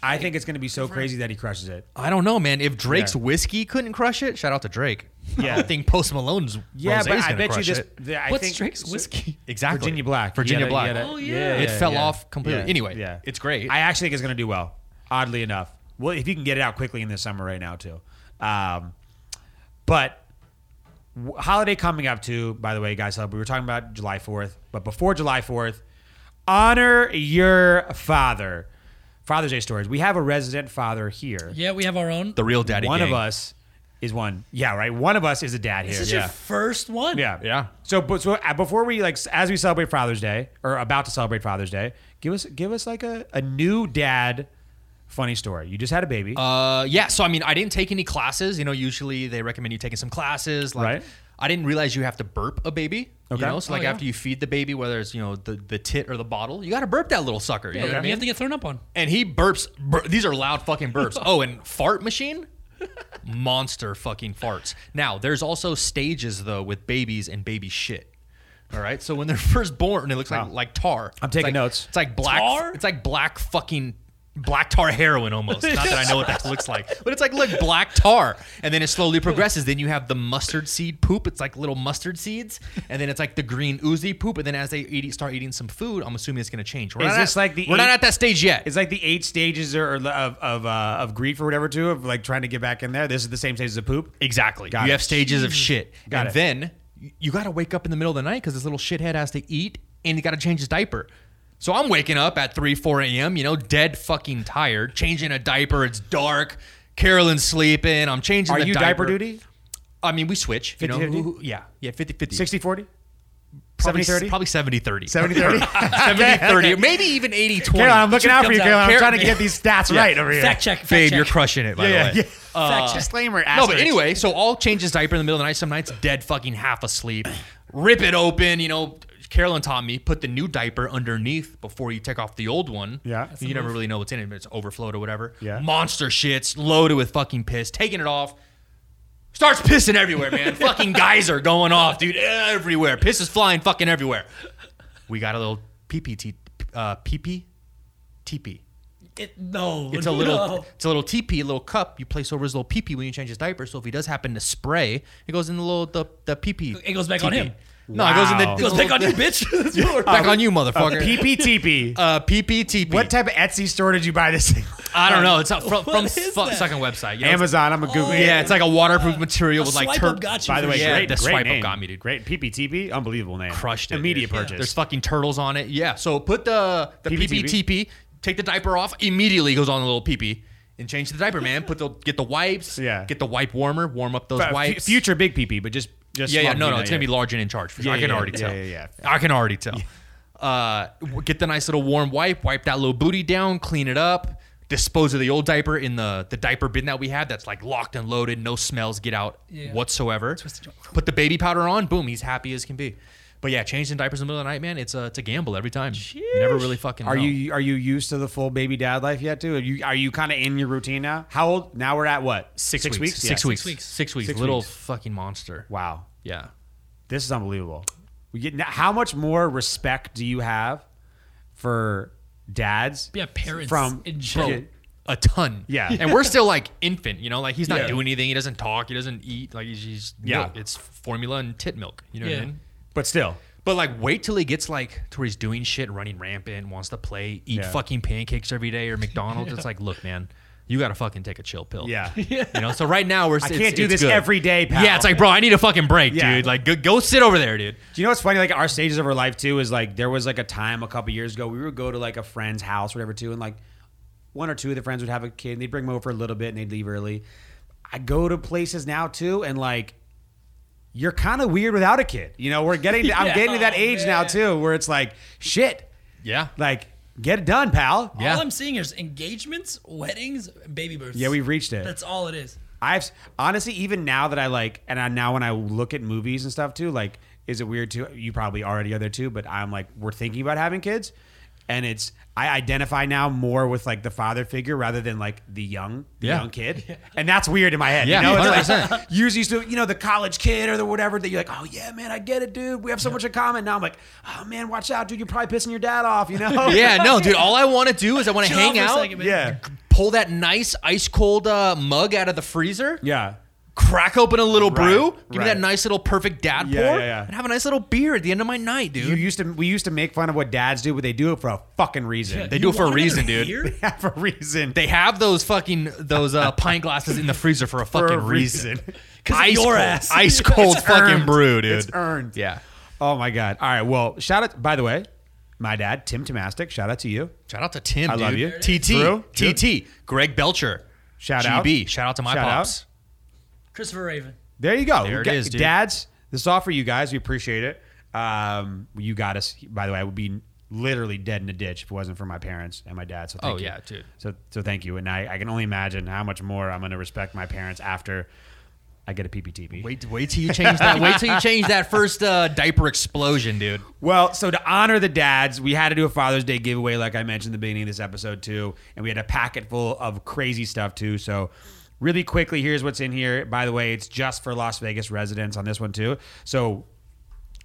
S3: I think it's gonna be so crazy that he crushes it.
S2: I don't know, man. If Drake's
S3: Yeah.
S2: whiskey couldn't crush it, shout out to Drake. I
S3: Yeah.
S2: don't think Post Malone's
S3: Yeah,
S2: rosé's
S3: but I
S2: gonna
S3: bet you
S2: crush
S3: this.
S2: it.
S3: The, I
S1: What's
S3: think,
S1: Drake's
S3: so-
S1: whiskey?
S2: exactly
S3: Virginia Black.
S2: Virginia
S3: Yeah,
S2: Black.
S3: yeah,
S1: Oh,
S3: yeah,
S1: yeah.
S2: It fell off completely. Anyway, it's great.
S3: I actually think it's gonna do well. Oddly enough, well, if you can get it out quickly in the summer right now too. Um, but w- holiday coming up too. By the way, guys, we were talking about July Fourth, but before July Fourth, honor your father. Father's Day stories. We have a resident father here.
S1: yeah, we have our own.
S2: the real daddy.
S3: one
S2: gang.
S3: of us is one. Yeah, right. One of us is a dad
S1: this
S3: here.
S1: is
S3: yeah.
S1: your first one.
S3: Yeah.
S2: Yeah.
S3: So, but so uh, before we like, s- as we celebrate Father's Day or about to celebrate Father's Day, give us give us like a, a new dad funny story. You just had a baby.
S2: Uh, yeah. So I mean, I didn't take any classes. You know, usually they recommend you taking some classes. Like,
S3: Right.
S2: I didn't realize you have to burp a baby.
S3: Okay.
S2: You know, so
S1: Oh,
S2: like
S1: yeah.
S2: after you feed the baby, whether it's you know the the tit or the bottle, you got to burp that little sucker. You know what I
S1: You have
S2: mean?
S1: to get thrown up on.
S2: And he burps. Bur- these are loud fucking burps. oh, and fart machine. Monster fucking farts. Now, there's also stages though with babies and baby shit. All right, so when they're first born, it looks like like tar.
S3: I'm
S2: It's
S3: taking
S2: like-
S3: notes.
S2: It's like black.
S1: Tar?
S2: It's like black fucking black tar heroin almost. Not that I know what that looks like, but it's like like black tar, and then it slowly progresses. Then you have the mustard seed poop. It's like little mustard seeds, and then it's like the green oozy poop. And then as they eat, start eating some food, I'm assuming it's gonna change. We're
S3: Is
S2: not
S3: this
S2: at,
S3: like the
S2: we're not
S3: eight-
S2: at that stage yet.
S3: it's like the eight stages or, or the- of of uh, of grief or whatever too of like trying to get back in there. This is the same stage as a poop.
S2: Exactly.
S3: Got
S2: you
S3: it.
S2: have stages of shit.
S3: Got
S2: and
S3: it.
S2: then y- you got to wake up in the middle of the night because this little shithead has to eat and you got to change his diaper. So I'm waking up at 3, 4 a.m., you know, dead fucking tired, changing a diaper. It's dark. Carolyn's sleeping. I'm changing
S3: Are
S2: the
S3: you diaper duty?
S2: I mean, we switch. You know,
S3: 50-50?
S2: who- who- yeah. Yeah, 50 50.
S3: 60 40?
S2: probably,
S3: 70-30?
S2: probably 70 30.
S3: 70 30?
S2: 70 30. Maybe even 80 20.
S3: Caroline, I'm looking out for you,
S1: comes out.
S3: Caroline. I'm
S2: Car-
S3: trying to get these stats right over here.
S1: Fact check. Fact
S2: Babe,
S1: check.
S2: you're crushing it, by
S3: Yeah,
S2: the
S3: yeah.
S2: way. Uh,
S3: Fact disclaimer.
S2: No,
S3: Asterisk.
S2: but anyway, so all changes diaper in the middle of the night. Some nights dead fucking half asleep. Rip it open, you know. Carolyn taught me put the new diaper underneath before you take off the old one.
S3: Yeah.
S2: you never really know what's in it. but It's overflowed or whatever.
S3: Yeah.
S2: monster shits loaded with fucking piss. Taking it off, starts pissing everywhere, man. fucking geyser going off, dude, everywhere. Piss is flying fucking everywhere. We got a little PPT, uh, PP, TP.
S1: It- no.
S2: It's a little,
S1: no.
S2: it's a little teepee, a little cup you place over his little peepee when you change his diaper. So if he does happen to spray, it goes in the little the the peepee.
S1: It goes back on
S2: teepee.
S1: him.
S2: No, it goes in the.
S3: Wow.
S1: He goes
S2: the
S1: pick on
S2: little-
S1: you, bitch. That's what we're-
S2: Back on you, motherfucker.
S3: PPTP.
S2: Uh, peepee teepee.
S3: what type of Etsy store did you buy this thing?
S2: I don't know. It's not from from
S1: What is
S2: fu-
S1: that?
S2: second website. You know, it's-
S3: Amazon. I'm a Google.
S2: Oh, yeah, it's like a waterproof material
S1: A
S2: with like
S1: swipe
S2: tur-
S1: up got you.
S3: By the way,
S2: Yeah,
S3: great,
S2: the
S3: great
S2: swipe up
S3: name.
S2: got me, dude.
S3: Great PPTP, unbelievable name.
S2: crushed it.
S3: Immediate
S2: dude.
S3: purchase.
S2: There's fucking turtles on it. Yeah. So put the the
S3: PPTP.
S2: PPTP, take the diaper off, immediately goes on the little peepee. And change the diaper, man. Put the get the wipes.
S3: Yeah.
S2: Get the wipe warmer. Warm up those
S3: But fu-
S2: wipes.
S3: future big PP, but just just
S2: yeah, yeah,
S3: small
S2: no, no,
S3: PP,
S2: it's gonna be
S3: yeah.
S2: large and in charge. For sure.
S3: Yeah,
S2: I can
S3: yeah,
S2: already
S3: yeah,
S2: tell.
S3: yeah,
S2: I can already tell. Uh, w- get the nice little warm wipe, wipe that little booty down, clean it up, dispose of the old diaper in the the diaper bin that we have that's like locked and loaded, no smells get out
S1: Yeah.
S2: whatsoever.
S1: Twisted joint.
S2: Put the baby powder on, boom, he's happy as can be. But yeah, changing diapers in the middle of the night, man, it's a it's a gamble every time. You never really fucking.
S3: Are
S2: know.
S3: you are you used to the full baby dad life yet? Too? Are you are you kind of in your routine now? How old? Now we're at what?
S2: six,
S3: six
S2: weeks?
S3: weeks.
S2: Six,
S3: Yeah,
S2: weeks? Six
S1: weeks.
S2: weeks. Six weeks.
S3: Six
S2: Little
S3: weeks.
S2: fucking monster.
S3: Wow,
S2: Yeah.
S3: this is unbelievable. We get- now, How much more respect do you have for dads?
S1: Yeah, parents
S3: from
S1: in
S2: Bro,
S1: general.
S2: a ton.
S3: Yeah.
S2: And we're still like infant, you know, like he's not
S3: Yeah.
S2: doing anything. He doesn't talk. He doesn't eat. Like he's, he's
S3: Yeah.
S2: milk. It's formula and tit milk. You know what
S1: Yeah.
S2: I mean?
S3: But still,
S2: But like, wait till he gets like to where he's doing shit, running rampant, wants to play, eat
S3: Yeah.
S2: fucking pancakes every day or McDonald's. It's like, look, man, you gotta fucking take a chill pill.
S3: Yeah.
S2: You know. So right now we're. I
S3: can't do this every day, pal.
S2: Yeah. It's like, bro, I need a fucking break,
S3: Yeah.
S2: dude. Like, go, go sit over there, dude.
S3: Do you know what's funny? Like our stages of our life too is like there was like a time a couple years ago we would go to like a friend's house, or whatever, too, and like one or two of the friends would have a kid, and they'd bring them over for a little bit, and they'd leave early. I go to places now too, and like you're kind of weird without a kid. You know, we're getting I'm
S1: Yeah.
S3: getting to that
S1: Oh,
S3: age now
S1: man.
S3: too, where it's like shit.
S2: Yeah.
S3: Like, get it done, pal.
S2: Yeah.
S1: All I'm seeing is engagements, weddings, baby births.
S3: Yeah, we've reached it.
S1: That's all it is.
S3: I've honestly, even now that I like, and I, now when I look at movies and stuff too, like, is it weird too? You probably already are there too, but I'm like, we're thinking about having kids, and it's I identify now more with like the father figure rather than like the young, the
S2: Yeah.
S3: young kid, and that's weird in my head.
S2: Yeah,
S3: you know, It's
S2: 100%.
S3: like, you used to, you know, the college kid or the whatever that you're like, oh yeah, man, I get it, dude. We have so much in common. Now I'm like, oh man, watch out, dude. You're probably pissing your dad off, you know?
S2: Yeah, no, dude. All I want to do is I want to
S1: Chill
S2: hang
S1: out for a
S2: out,
S1: second, man.
S3: yeah,
S2: pull that nice ice cold uh, mug out of the freezer,
S3: yeah.
S2: crack open a little brew,
S3: Right,
S2: give me
S3: right.
S2: that nice little perfect dad
S3: Yeah,
S2: pour,
S3: yeah, yeah.
S2: and have a nice little beer at the end of my night, dude.
S3: You used to, we used to make fun of what dads do, but they do it for a fucking reason.
S1: Yeah,
S2: They
S1: you
S2: do it for a
S1: want another
S2: reason, dude.
S1: beer?
S3: Yeah, for a reason.
S2: they have those fucking those uh, pint glasses in the freezer for a fucking reason.
S1: of
S2: Ice
S1: your
S2: cold,
S1: ass.
S2: ice cold fucking
S3: earned.
S2: brew, dude.
S3: It's earned.
S2: Yeah.
S3: Oh my god. All right. Well, shout out. By the way, my dad, Tim Tomastic. Shout out to you.
S2: Shout out to Tim.
S3: I love
S2: dude.
S3: you.
S2: TT.
S3: Brew, dude.
S2: TT. Greg Belcher.
S3: Shout
S2: GB.
S3: out.
S2: Shout out to my
S3: Shout out.
S2: pops.
S1: Christopher Raven.
S3: There you go.
S2: There it
S3: Ga-
S2: is, dude.
S3: Dads, this is all for you guys. We appreciate it. Um, you got us. By the way, I would be literally dead in a ditch if it wasn't for my parents and my dad. So thank
S2: Oh,
S3: you.
S2: yeah, dude.
S3: So so thank you. And I, I can only imagine how much more I'm going to respect my parents after I get a PPTV.
S2: Wait, wait till you change that. wait till you change that first uh, diaper explosion, dude.
S3: Well, so to honor the dads, we had to do a Father's Day giveaway, like I mentioned at the beginning of this episode, too. And we had a packet full of crazy stuff, too. So, really quickly, here's what's in here. By the way, it's just for Las Vegas residents on this one, too. So,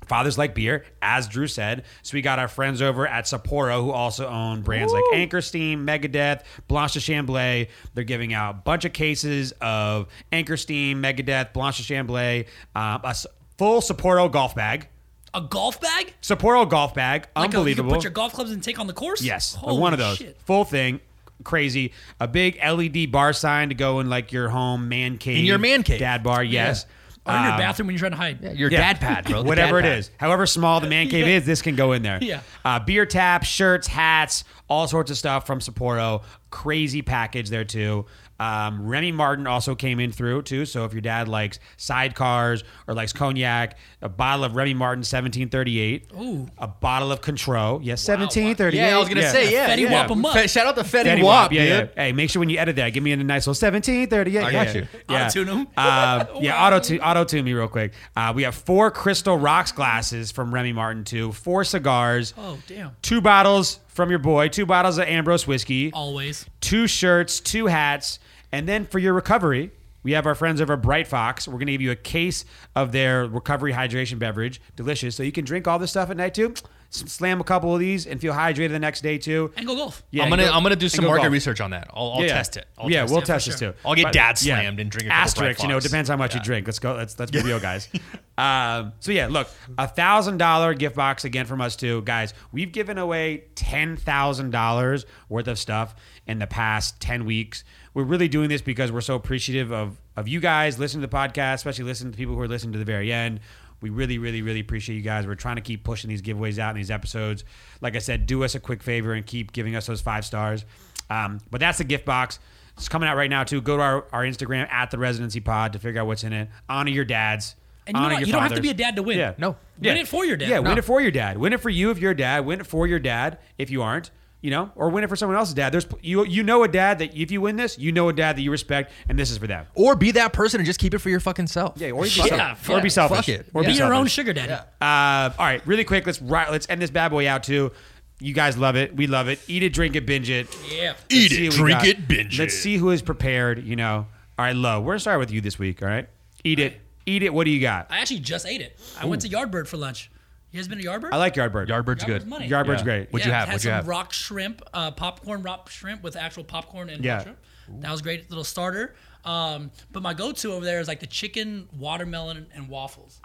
S3: Fathers like beer, as Drew said. So we got our friends over at Sapporo, who also own brands like Anchor Steam, Megadeth, Blanche de Chamblay. They're giving out a bunch of cases of Anchor Steam, Megadeth, Blanche de Chamblay, um, a s- full Sapporo golf bag.
S1: A golf bag?
S3: Sapporo golf bag,
S1: Like a-
S3: unbelievable.
S1: you can put your golf clubs and take on the course?
S3: yes, uh,
S1: Holy
S3: one of those
S1: shit.
S3: full thing, crazy. A big LED bar sign to go in like your home man cave,
S2: your man cave.
S3: dad bar. Yes,
S1: Or in your
S3: Um,
S1: bathroom when you're trying to hide.
S2: Your
S3: Yeah.
S2: dad pad, bro. The
S3: Whatever
S2: dad
S3: it
S2: pad.
S3: is, however small the man cave is, this can go in there.
S1: Yeah.
S3: Uh, beer tap, shirts, hats, all sorts of stuff from Sapporo. Crazy package there too. Um, Remy Martin also came in through too. So if your dad likes sidecars or likes cognac, a bottle of Remy Martin 1738,
S1: Ooh.
S3: a bottle of Contro. Yes, 1738.
S2: Yeah, I was gonna say yeah.
S1: Fetty
S2: yeah.
S1: Wap 'em up.
S2: Fe- Shout out to Fetty,
S3: Fetty
S2: Wap,
S3: Wap, yeah, yeah.
S2: dude.
S3: Hey, make sure when you edit that, give me a nice little 1738.
S2: I
S3: yeah,
S2: got you.
S3: Yeah.
S1: Auto-tune 'em.
S3: Um, yeah,
S1: Wow.
S3: auto tune, auto tune me real quick. Uh, we have four Crystal Rocks glasses from Remy Martin, too. Four cigars.
S1: Oh, damn.
S3: Two bottles from your boy. Two bottles of Ambrose whiskey.
S1: Always.
S3: Two shirts. Two hats. And then for your recovery. We have our friends over at Bright Fox. We're going to give you a case of their recovery hydration beverage. Delicious. So you can drink all this stuff at night too. S- Slam a couple of these and feel hydrated the next day too.
S1: And go golf.
S3: Yeah,
S2: I'm gonna
S3: and go-
S2: I'm gonna do
S3: and
S2: some
S3: go
S2: market
S3: golf.
S2: research on that. I'll, I'll test it. I'll
S3: yeah,
S2: test
S3: we'll
S1: it.
S3: test
S1: Yeah,
S3: this
S1: for
S3: too.
S2: I'll get
S3: But-
S2: dad
S3: yeah.
S2: slammed and drink a couple
S3: Asterisk,
S2: Black
S3: you know, it
S2: Fox.
S3: depends how much you drink. Let's go. Let's let's be real, guys. um, so yeah, look, a thousand dollar gift box again from us too, guys. We've given away ten thousand dollars worth of stuff in the past ten weeks. We're really doing this because we're so appreciative of of you guys listening to the podcast, especially listening to people who are listening to the very end. We really, really, really appreciate you guys. We're trying to keep pushing these giveaways out in these episodes. Like I said, do us a quick favor and keep giving us those five stars. Um, but that's the gift box. It's coming out right now too. Go to our, our Instagram at the Residency Pod to figure out what's in it. Honor your dads.
S1: And you know
S3: Honor
S1: what?
S3: your
S1: You don't have to
S3: fathers.
S1: be a dad to win.
S3: Yeah,
S2: No.
S1: Win it for your dad.
S3: Yeah,
S1: No.
S3: win it for your dad. Win it for you if you're a dad. Win it for your dad if you aren't. You know, or win it for someone else's dad. There's you. You know a dad that if you win this, you know a dad that you respect, and this is for them.
S2: Or be that person and just keep it for your fucking self.
S3: Yeah, or you be,
S1: Yeah,
S3: self-
S1: fuck
S3: or be
S1: it.
S3: selfish.
S2: Fuck it.
S3: Or
S1: Be
S3: be
S1: your own
S3: selfish.
S1: sugar daddy.
S3: Uh, all right, really quick. Let's ri- let's end this bad boy out too. You guys love it. We love it. Eat it, drink it, binge it.
S1: Yeah.
S2: Eat
S3: see
S2: it,
S3: what we
S2: drink
S3: got.
S2: it, binge
S3: Let's
S2: it.
S3: see who is prepared. You know. All right, Lo, we're gonna start with you this week. All right, eat it, eat it. What do you got?
S1: I actually just ate it. I went to Yardbird for lunch. You guys been to Yardbird?
S3: I like Yardbird.
S2: Yardbird's good.
S1: money.
S3: Yardbird's
S2: Yeah.
S3: great.
S2: What'd you
S1: it
S2: have?
S1: had
S2: What'd you
S1: some
S2: have?
S1: Rock shrimp, uh, popcorn rock shrimp with actual popcorn and
S3: Yeah.
S1: rock shrimp. That was a great little starter. Um, but my go-to over there is like the chicken, watermelon, and waffles.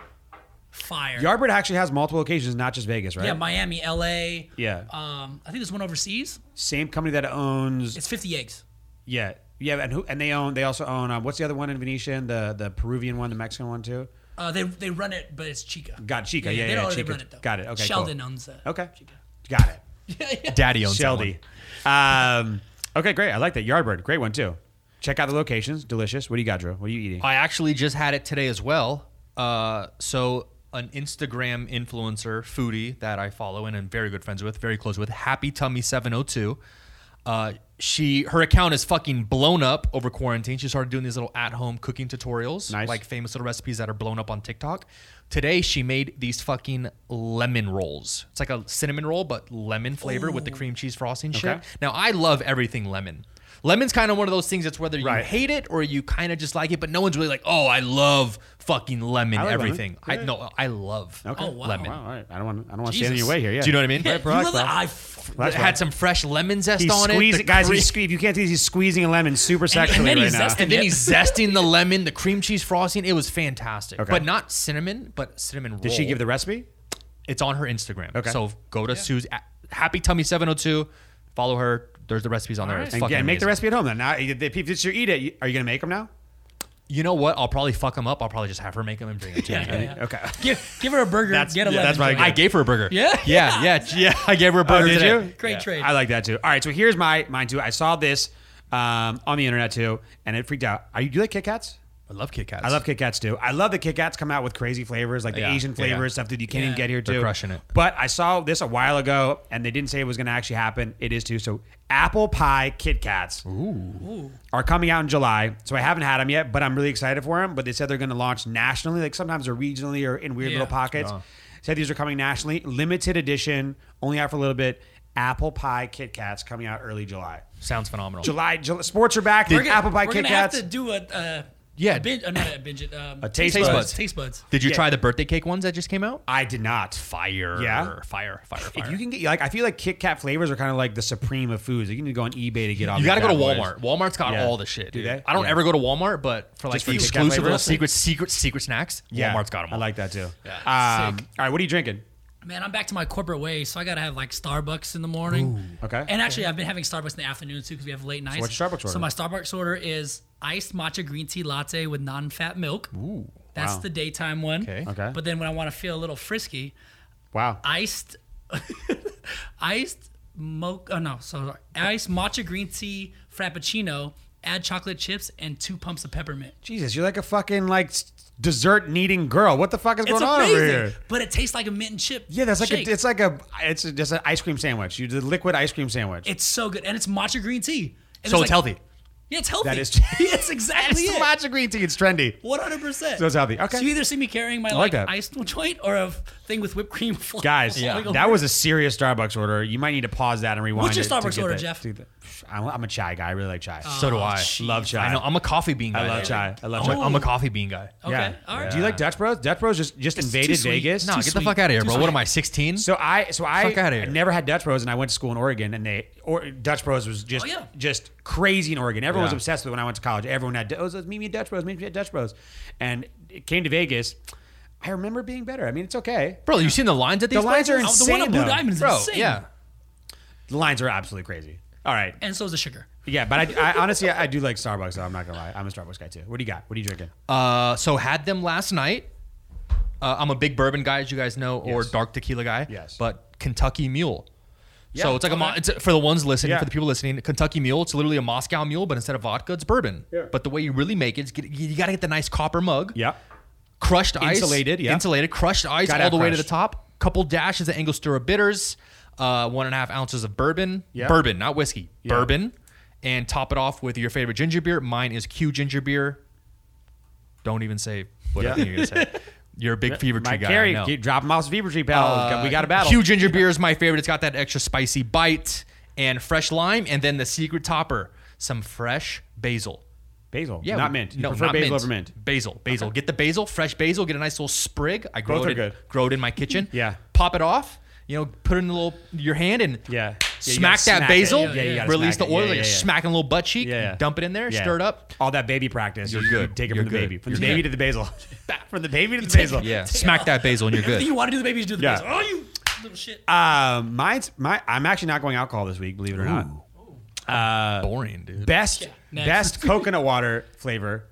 S1: Fire.
S3: Yardbird actually has multiple locations, not just Vegas, right?
S1: yeah, Miami, LA.
S3: Yeah.
S1: Um, I think there's one overseas.
S3: Same company that owns.
S1: It's 50 eggs.
S3: yeah, yeah, and who? And they own. They also own. Um, what's the other one in Venetian? The the Peruvian one, the Mexican one too.
S1: Uh, they they run it, but it's Chica.
S3: Got Chica, yeah,
S1: they
S3: yeah,
S1: don't really
S3: Chica.
S1: run it though.
S3: Got it, okay, cool.
S1: Sheldon owns that.
S3: Okay,
S1: Chica.
S3: got it.
S1: yeah, yeah.
S2: Daddy owns that
S3: Sheldy. Um, okay, great. I like that Yardbird. Great one too. Check out the locations. Delicious. What do you got, Drew? What are you eating?
S2: I actually just had it today as well. Uh, so an Instagram influencer foodie that I follow and am very good friends with, very close with, Happy Tummy Seven Hundred Two. Uh, she her account is fucking blown up over quarantine. She started doing these little at home cooking tutorials,
S3: Nice.
S2: like famous little recipes that are blown up on TikTok. Today she made these fucking lemon rolls. It's like a cinnamon roll, but lemon flavor with the cream cheese frosting shit.
S3: Okay.
S2: Now I love everything lemon. Lemon's kind of one of those things that's whether you
S3: Right.
S2: hate it or you kind of just like it, but no one's really like, oh, I love fucking lemon
S3: I like lemon.
S2: everything. I no, I love
S3: Okay.
S1: Oh, wow.
S2: lemon.
S3: Wow, all right. I don't want. I don't want to stand in
S1: Jesus.
S3: your way here. Yeah.
S2: Do you know what I mean?
S1: Yeah, you
S3: Brock,
S1: love that.
S3: bro.
S1: I f-
S2: It
S3: That's
S2: had
S3: right.
S2: some fresh lemon zest
S3: He's
S2: on it.
S3: squeezing,
S2: the
S3: guys. He's
S2: cre-
S3: squeeze. If you can't see, this, he's squeezing a lemon super
S1: and
S3: sexually
S1: then
S3: right
S1: he's
S3: now.
S1: zesting-
S2: and then he's zesting the lemon, the cream cheese frosting. It was fantastic,
S3: Okay.
S2: but not cinnamon, but cinnamon roll.
S3: Did she give the recipe?
S2: It's on her Instagram.
S3: Okay.
S2: So go to Sue's at Happy Tummy Seven Hundred Two. Follow her. There's the recipes on there. It's
S3: And
S2: fucking
S3: yeah, make the
S2: amazing.
S3: recipe at home. Then now, if if it's your eat it, you- are you gonna make them now?
S2: You know what? I'll probably fuck them up. I'll probably just have her make them and bring it to me.
S1: yeah, yeah.
S3: Okay.
S1: give, give her a burger.
S3: That's-
S1: get a
S3: yeah,
S1: lemon.
S3: that's what I
S1: drink.
S2: I gave her a burger.
S1: Yeah?
S2: yeah, yeah, yeah. I gave her a burger.
S3: did
S2: today.
S3: you?
S1: Great trade.
S3: I like that too. All right, so here's my mine too. I saw this um, on the internet too, and it freaked out. Are you do you like Kit Kats?
S2: I love Kit Kats.
S3: I love Kit Kats too. I love that Kit Kats come out with crazy flavors, like the
S2: Yeah,
S3: Asian
S2: yeah, yeah.
S3: flavors, stuff that you can't even
S1: Yeah.
S3: get here
S2: They're
S3: too.
S2: crushing it.
S3: But I saw this a while ago, and they didn't say it was going to actually happen. It is too. So apple pie Kit Kats are coming out in July. So I haven't had them yet, but I'm really excited for them. But they said they're going to launch nationally, like sometimes they're regionally or in weird
S1: Yeah.
S3: little pockets.
S2: Yeah.
S3: Said these are coming nationally, limited edition, only out for a little bit. Apple pie Kit Kats coming out early July.
S2: Sounds phenomenal.
S3: July, July sports are back.
S1: We're gonna-
S3: apple pie
S1: we're
S3: Kit
S1: gonna have
S3: Kats.
S1: to do a uh,
S2: Yeah.
S1: a binge, uh, not a binge it, um,
S3: A taste
S2: buds.
S1: Taste buds.
S2: Did you
S3: Yeah.
S2: try the birthday cake ones that just came out?
S3: I did not.
S2: Fire.
S3: Yeah.
S2: Fire. Fire. Fire.
S3: If you can get like, I feel like Kit Kat flavors are kind of like the supreme of foods. You can go on eBay to get all.
S2: You
S3: these
S2: got to go to
S3: bad
S2: Walmart.
S3: boys.
S2: Walmart's got
S3: Yeah.
S2: all the shit.
S3: Do
S2: dude.
S3: they?
S2: I don't
S3: Yeah.
S2: ever go to Walmart, but for like
S3: Just
S2: for
S3: for Kit Kat
S2: exclusive little
S3: flavors?
S2: secret, secret, secret snacks,
S3: Yeah.
S2: Walmart's got them. All.
S3: I like that too.
S1: Yeah.
S3: Um,
S1: Sick.
S3: all right, what are you drinking?
S1: Man, I'm back to my corporate way, so I gotta have like Starbucks in the morning.
S3: okay.
S1: And actually, I've been having Starbucks in the afternoon too because we have late nights.
S3: what's your Starbucks order?
S1: So my Starbucks order is iced matcha green tea latte with non-fat milk. Ooh, that's
S3: wow.
S1: the daytime one.
S2: Okay.
S3: Okay.
S1: But then when I want to feel a little frisky,
S3: Wow.
S1: iced, iced mocha. Oh no, sorry, iced matcha green tea frappuccino. Add chocolate chips and two pumps of peppermint.
S3: Jesus, you're like a fucking like dessert needing girl. What the fuck is
S1: It's
S3: going on
S1: amazing,
S3: over here?
S1: but it tastes like a mint and chip.
S3: Yeah, that's like
S1: shake.
S3: a, it's like a it's just an ice cream sandwich. You did liquid ice cream sandwich.
S1: It's so good, and it's matcha green tea. And
S2: So
S1: there's,
S2: it's
S1: like-
S2: healthy.
S1: Yeah, it's healthy.
S3: That is-
S1: yes, exactly
S3: it's
S1: it.
S3: matcha green tea. It's trendy.
S1: One hundred percent.
S3: So it's healthy. Okay.
S1: So you either see me carrying my
S3: like
S1: like,
S3: that.
S1: iced joint or a thing with whipped cream. Oh, fl-
S3: Guys,
S1: falling over.
S3: that was a serious Starbucks order. You might need to pause that and rewind.
S1: What's your
S3: it to
S1: Starbucks
S3: get
S1: order,
S3: the-
S1: Jeff? Oh,
S3: to the- I'm I'm a chai guy. I really like chai.
S2: So do I.
S3: Love chai.
S2: Oh, I know. I'm a coffee bean guy. Oh.
S3: I love
S2: dude.
S3: chai. I love
S2: I'm
S3: chai.
S2: a- I'm a coffee bean guy.
S1: Okay.
S3: Yeah.
S1: All right.
S3: Do you like Dutch Bros? Dutch Bros just, just invaded
S1: sweet.
S3: Vegas.
S2: No,
S1: too
S2: get the
S1: sweet.
S2: fuck out of here,
S1: Too
S2: bro. What
S1: sweet.
S2: am I? 16?
S3: So I so I
S2: Fuck outta here.
S3: never had Dutch Bros and I went to school in Oregon and they or Dutch Bros was just
S1: Oh, yeah.
S3: just crazy in Oregon. Everyone was
S2: Yeah.
S3: obsessed with it when I went to college. Everyone had oh, meet me at Dutch Bros, meet me at Dutch Bros. And it came to Vegas. I remember it being better. I mean, it's okay.
S2: bro, you seen the lines at these?
S3: The lines are
S2: places?
S1: Oh, the one
S3: insane,
S1: on Blue
S3: though.
S1: Diamond is
S2: bro.
S1: insane.
S2: Yeah.
S3: The lines are absolutely crazy. All right.
S1: And so is the sugar.
S3: Yeah, but I, I honestly I do like Starbucks though, I'm not gonna lie. I'm a Starbucks guy too. What do you got? What are you drinking?
S2: Uh, so had them last night. Uh, I'm a big bourbon guy, as you guys know, or
S3: Yes.
S2: dark tequila guy.
S3: Yes.
S2: But Kentucky Mule. so
S3: Yeah,
S2: it's like a mo- it's for the ones listening,
S3: Yeah.
S2: for the people listening, Kentucky Mule. It's literally a Moscow Mule, but instead of vodka, it's bourbon.
S3: Yeah.
S2: But the way you really make it is get, you got to get the nice copper mug.
S3: yeah.
S2: Crushed ice.
S3: Insulated, yeah.
S2: Insulated. Crushed ice
S3: Gotta
S2: all the
S3: have
S2: way to the
S3: crushed.
S2: top. Couple dashes of Angostura bitters. Uh, one and a half ounces of bourbon.
S3: Yeah.
S2: Bourbon, not whiskey. Bourbon. And top it off with your favorite ginger beer. Mine is Q ginger beer. Don't even say what I
S3: Yeah.
S2: think you're gonna say. You're a big fever tree
S3: Mike
S2: guy. I
S3: Carey,
S2: know. Uh,
S3: keep dropping off Fever Tree pal. we got a battle.
S2: Q ginger beer is my favorite. It's got that extra spicy bite and fresh lime, and then the secret topper, some fresh basil.
S3: Basil. not
S2: we-
S3: mint. You
S2: no,
S3: prefer
S2: not
S3: basil over mint.
S2: Basil, basil. Get the basil, fresh basil. Get a nice little sprig. I grow
S3: Both
S2: it.
S3: are
S2: in-
S3: good.
S2: Grow it in my kitchen.
S3: Yeah.
S2: Pop it off. You know, put it in a little your hand and
S3: Yeah. Yeah, you
S2: smack
S3: gotta
S2: that
S3: smack it.
S2: basil.
S3: Yeah, you gotta
S2: release
S3: smack
S2: the
S3: it. Yeah,
S2: oil. like
S3: yeah,
S2: you're
S3: yeah.
S2: smacking a little butt cheek.
S3: Yeah, yeah.
S2: Dump it in there.
S3: Yeah.
S2: Stir it up.
S3: All that baby practice.
S2: You're
S3: you-
S2: good.
S3: You take it
S2: You're
S3: from the
S2: good.
S3: baby. From the
S2: You're
S3: baby
S2: good.
S3: to the basil. from the baby to the basil.
S2: Yeah. Smack that basil and you're
S1: Everything
S2: good.
S1: you want to do the baby, you do the
S3: Yeah.
S1: basil. Oh, you little shit.
S3: Um, mine's my. I'm actually not going alcohol this week. Believe it or not.
S2: Boring, dude.
S3: Best
S1: next.
S3: best coconut water flavor,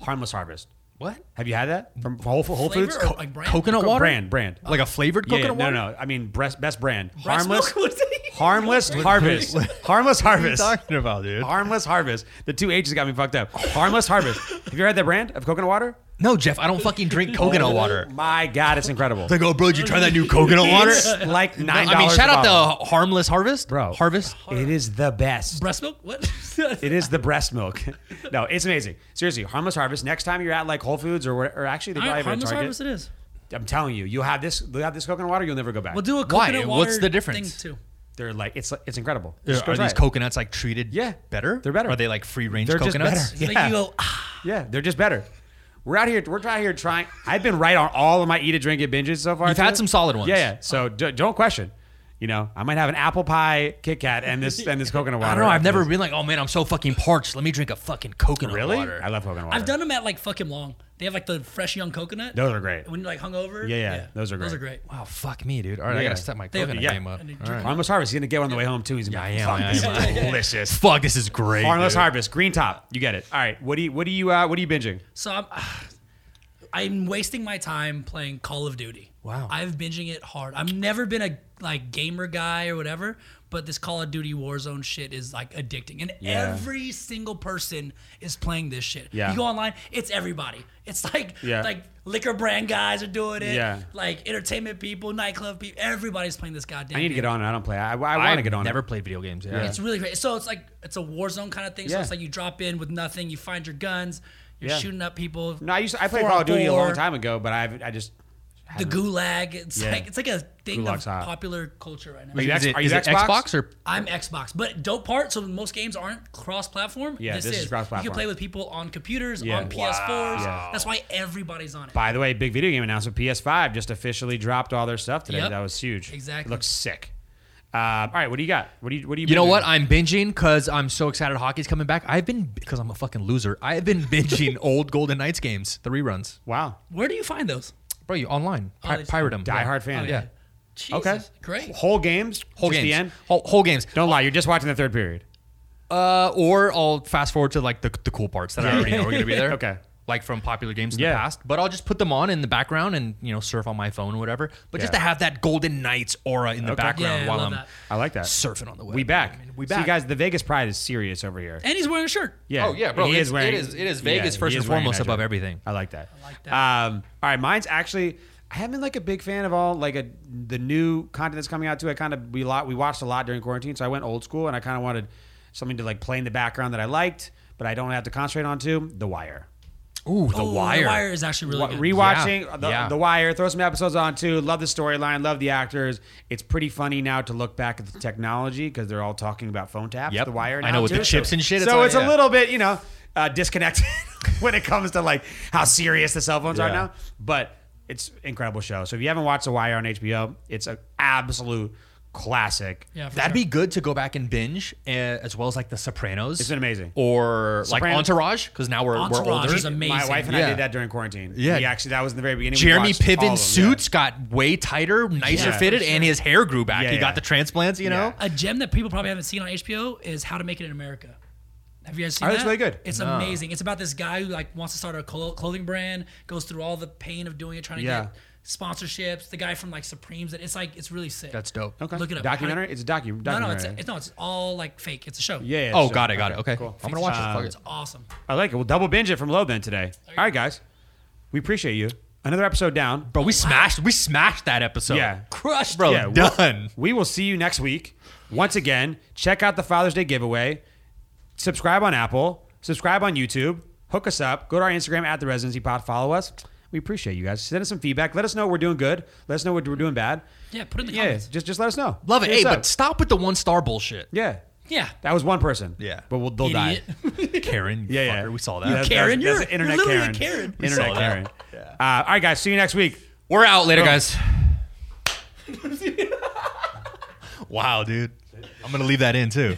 S3: harmless harvest.
S2: what?
S3: Have you had that from Whole, Whole
S1: Flavor
S3: Foods?
S1: or, like brand?
S2: Coconut
S3: Co-
S2: water?
S3: brand, brand.
S2: Like a flavored
S3: Yeah, yeah,
S2: coconut
S3: no,
S2: water?
S3: no. I mean, breast, best brand.
S1: Breast milk?
S3: Harmless.
S1: What did he-
S3: harmless harvest. harmless harvest.
S2: talking about, dude?
S3: Harmless harvest. The two H's got me fucked up. Harmless harvest. Have you ever had that brand of coconut water?
S2: No, Jeff, I don't fucking drink coconut water.
S3: Oh, My God, it's incredible.
S2: It's like, oh, bro, did you try that new coconut water?
S3: It's like
S2: No,
S3: nine.
S2: I mean, shout out to Harmless Harvest,
S3: bro.
S2: Harvest.
S3: It is the best.
S1: Breast milk? What?
S3: It is the breast milk. no, it's amazing. Seriously, Harmless Harvest. Next time you're at like Whole Foods or where, or actually they probably have it at
S1: harmless
S3: Target.
S1: harvest it is.
S3: I'm telling you, you'll have this. You'll have this coconut water. You'll never go back.
S1: We'll do a
S2: Why?
S1: coconut water
S2: What's the difference?
S1: thing too.
S3: They're like it's it's incredible.
S2: Are,
S3: Just go
S2: are
S3: try
S2: these
S3: it.
S2: coconuts like treated?
S3: Yeah,
S2: better.
S3: they're better.
S2: Are they like free range
S3: They're just
S2: coconuts?
S3: better.
S1: It's
S3: Yeah.
S1: Like you go, ah,
S3: Yeah, they're just better. We're out here. We're out here trying. I've been right on all of my eat it, drink it binges so far.
S2: You've had
S3: too.
S2: some solid ones.
S3: Yeah, yeah. So d- don't question. You know, I might have an apple pie Kit Kat and this and this coconut water.
S2: I don't know. I've
S3: after
S2: never
S3: this.
S2: been like, oh man, I'm so fucking parched. Let me drink a fucking coconut
S3: really.
S2: water.
S3: I love coconut water.
S1: I've done them at like fucking long. They have like the fresh young coconut.
S3: Those are great.
S1: When you're like hungover.
S3: Yeah, yeah, those are
S1: Those
S3: great.
S1: are great.
S2: Wow, fuck me, dude. All right, I
S3: Yeah.
S2: gotta step my
S1: They-
S2: coconut
S3: yeah.
S2: game up.
S1: And you
S2: All right.
S3: Harmless Harvest. He's gonna get one on the way home too. He's
S2: I
S3: gonna be
S2: am.
S3: like, "Fuck,
S2: I am.
S3: this is
S2: I am.
S3: delicious.
S2: Fuck, this is great.
S3: Harmless
S2: dude.
S3: Harvest, green top. You get it. All right. What do you what do you uh, what are you binging?
S1: So I'm, I'm wasting my time playing Call of Duty.
S2: Wow.
S1: I've binging it hard. I've never been a like gamer guy or whatever, but this Call of Duty Warzone shit is like addicting, and
S3: Yeah.
S1: every single person is playing this shit.
S3: Yeah.
S1: You go online, it's everybody. It's like
S3: Yeah.
S1: like liquor brand guys are doing it.
S3: Yeah.
S1: Like entertainment people, nightclub people, everybody's playing this goddamn.
S3: I need to
S1: game.
S3: get on it. I don't play. I, I want
S2: I
S3: to get on
S2: Never
S3: it.
S2: played video games. Yeah.
S1: It's really great. So it's like it's a war zone kind of thing. So
S3: Yeah.
S1: it's like you drop in with nothing, you find your guns, you're
S3: Yeah.
S1: shooting up people.
S3: No, I used to, I played
S1: Four
S3: Call
S1: on
S3: of Duty a long
S1: four.
S3: time ago, but I've I just
S1: the gulag. It's
S3: Yeah.
S1: like it's like a thing
S3: Gulag's
S1: of
S3: hot.
S1: popular culture right now.
S3: Wait. Are you
S2: Is
S3: ex-
S2: it-
S3: are you
S2: is it
S3: Xbox?
S2: Xbox or
S1: I'm Xbox, but dope part. So most games aren't cross-platform.
S3: Yeah, this is
S1: You
S3: cross-platform.
S1: can play with people on computers,
S3: Yeah.
S1: on PS4s.
S3: Wow.
S1: That's why everybody's on it.
S3: By the way, big video game announcement. PS5 just officially dropped all their stuff today.
S1: Yep.
S3: That was huge.
S1: Exactly.
S3: It looks sick. Uh, all right, what do you got? What do you what do you
S2: You know
S3: binging?
S2: what? I'm binging because I'm so excited hockey's coming back. I've been because I'm a fucking loser. I've been binging old Golden Knights games, the reruns.
S3: Wow.
S1: Where do you find those?
S2: Bro, you online.
S1: Oh,
S2: Pi-
S1: they just-
S2: pirate them.
S3: Die hard fan.
S2: Yeah.
S1: Jesus,
S3: Okay.
S1: great.
S3: Whole games?
S2: Whole
S3: just
S2: games.
S3: the end?
S2: Whole, whole games.
S3: Don't lie, you're just watching the third period.
S2: Uh, or I'll fast forward to like the, the cool parts that I already know are going to be there.
S3: Okay.
S2: Like from popular games in
S3: Yeah.
S2: the past, but I'll just put them on in the background and you know surf on my phone or whatever. But just to
S3: Yeah.
S2: have that Golden Knights aura in the
S3: Okay.
S1: Yeah,
S2: background
S1: I
S2: while
S1: love
S2: I'm
S1: that.
S3: I like that.
S2: surfing on the web.
S3: We back.
S2: I mean, we
S3: So
S2: back.
S3: you guys, the Vegas pride is serious over here.
S1: And he's wearing a shirt.
S3: Yeah.
S2: Oh, yeah, bro,
S3: He
S2: it's-
S3: is wearing,
S2: it is- it is Vegas
S3: he
S2: first
S3: is
S2: and
S3: wearing a
S2: foremost
S3: nice
S2: above
S3: shirt.
S2: everything.
S3: I like that.
S1: I like that.
S3: Um, all right, mine's actually I haven't been like a big fan of all like a the new content that's coming out too. I kind of we lot we watched a lot during quarantine, so I went old school and I kind of wanted something to like play in the background that I liked, but I don't have to concentrate on too. The Wire.
S2: Ooh, the
S1: Ooh,
S2: wire.
S1: The wire is actually really
S3: Wa-
S1: good.
S3: Rewatching uh,
S2: Yeah,
S3: The,
S2: yeah.
S3: the Wire, throw some episodes on too. Love the storyline, love the actors. It's pretty funny now to look back at the technology because they're all talking about phone taps.
S2: Yep.
S3: The Wire.
S2: I
S3: now,
S2: know, with the
S3: too.
S2: chips and shit, it's
S3: So
S2: like-
S3: it's a
S2: yeah.
S3: little bit, you know, uh, disconnected when it comes to like how serious the cell phones are
S2: Yeah.
S3: now. But it's incredible show. So if you haven't watched The Wire on HBO, it's an absolute classic.
S1: Yeah, for
S2: That'd
S1: sure.
S2: be good to go back and binge, uh, as well as like The Sopranos.
S3: It's been amazing.
S2: Or like
S3: Sopranos-
S2: Entourage, because now we're, we're
S1: Entourage
S2: older.
S1: is amazing.
S3: My wife and I
S2: Yeah.
S3: did that during quarantine.
S2: Yeah.
S3: we actually that was in the very beginning. We
S2: Jeremy
S3: watched all of them, yeah.
S2: Piven's suits got way tighter, nicer
S3: Yeah.
S2: fitted, and his hair grew back.
S3: Yeah,
S2: he
S3: yeah.
S2: got the transplants, you know?
S3: Yeah.
S1: A gem that people probably haven't seen on HBO is How to Make It in America. Have you guys seen
S3: Oh,
S1: that?
S3: that's really good.
S1: It's amazing. It's about this guy who like wants to start a clo- clothing brand, goes through all the pain of doing it, trying to
S3: Yeah.
S1: get sponsorships. The guy from like Supremes, and it's like it's really sick.
S2: That's dope.
S3: Okay.
S1: Look it up.
S3: Documentary? It's a docu-
S1: no,
S3: documentary.
S1: no, it's, it's no, it's all like fake. It's a show.
S3: Yeah. yeah,
S2: Oh,
S3: sure.
S2: got it, got it. Okay.
S3: cool. Uh,
S2: I'm going to watch it. Fuck it.
S1: it's awesome.
S3: I like it. We'll double binge it from low then today. All right, guys. We appreciate you. Another episode down.
S2: Bro, we smashed we smashed that episode.
S3: Yeah.
S1: Crushed.
S2: Bro,
S1: it.
S3: Yeah,
S2: done.
S3: We will see you next week. Once again, check out the Father's Day giveaway. Subscribe on Apple. Subscribe on YouTube. Hook us up. Go to our Instagram at the Residency Pod. Follow us. We appreciate you guys. Send us some feedback. Let us know we're doing good. Let us know what we're doing bad.
S1: Yeah, put it in the
S3: Yeah,
S1: comments.
S3: just just let us know.
S2: Love it.
S3: Hit us
S2: Hey,
S3: up.
S2: but stop with the one star bullshit.
S3: yeah,
S1: Yeah.
S3: that was one person.
S2: Yeah.
S3: but we'll, they'll
S1: Idiot.
S3: die.
S2: Karen, you
S3: Yeah, yeah.
S2: fucker. We saw that.
S3: Yeah, that's-
S1: Karen,
S3: that's
S1: you're-
S3: an
S1: you're
S3: internet
S1: literally a
S3: Karen.
S1: Karen. We
S3: Internet
S2: saw that.
S3: Karen. Uh, all right, guys. See you next week.
S2: We're out later, guys. wow, dude. I'm going to leave that in too.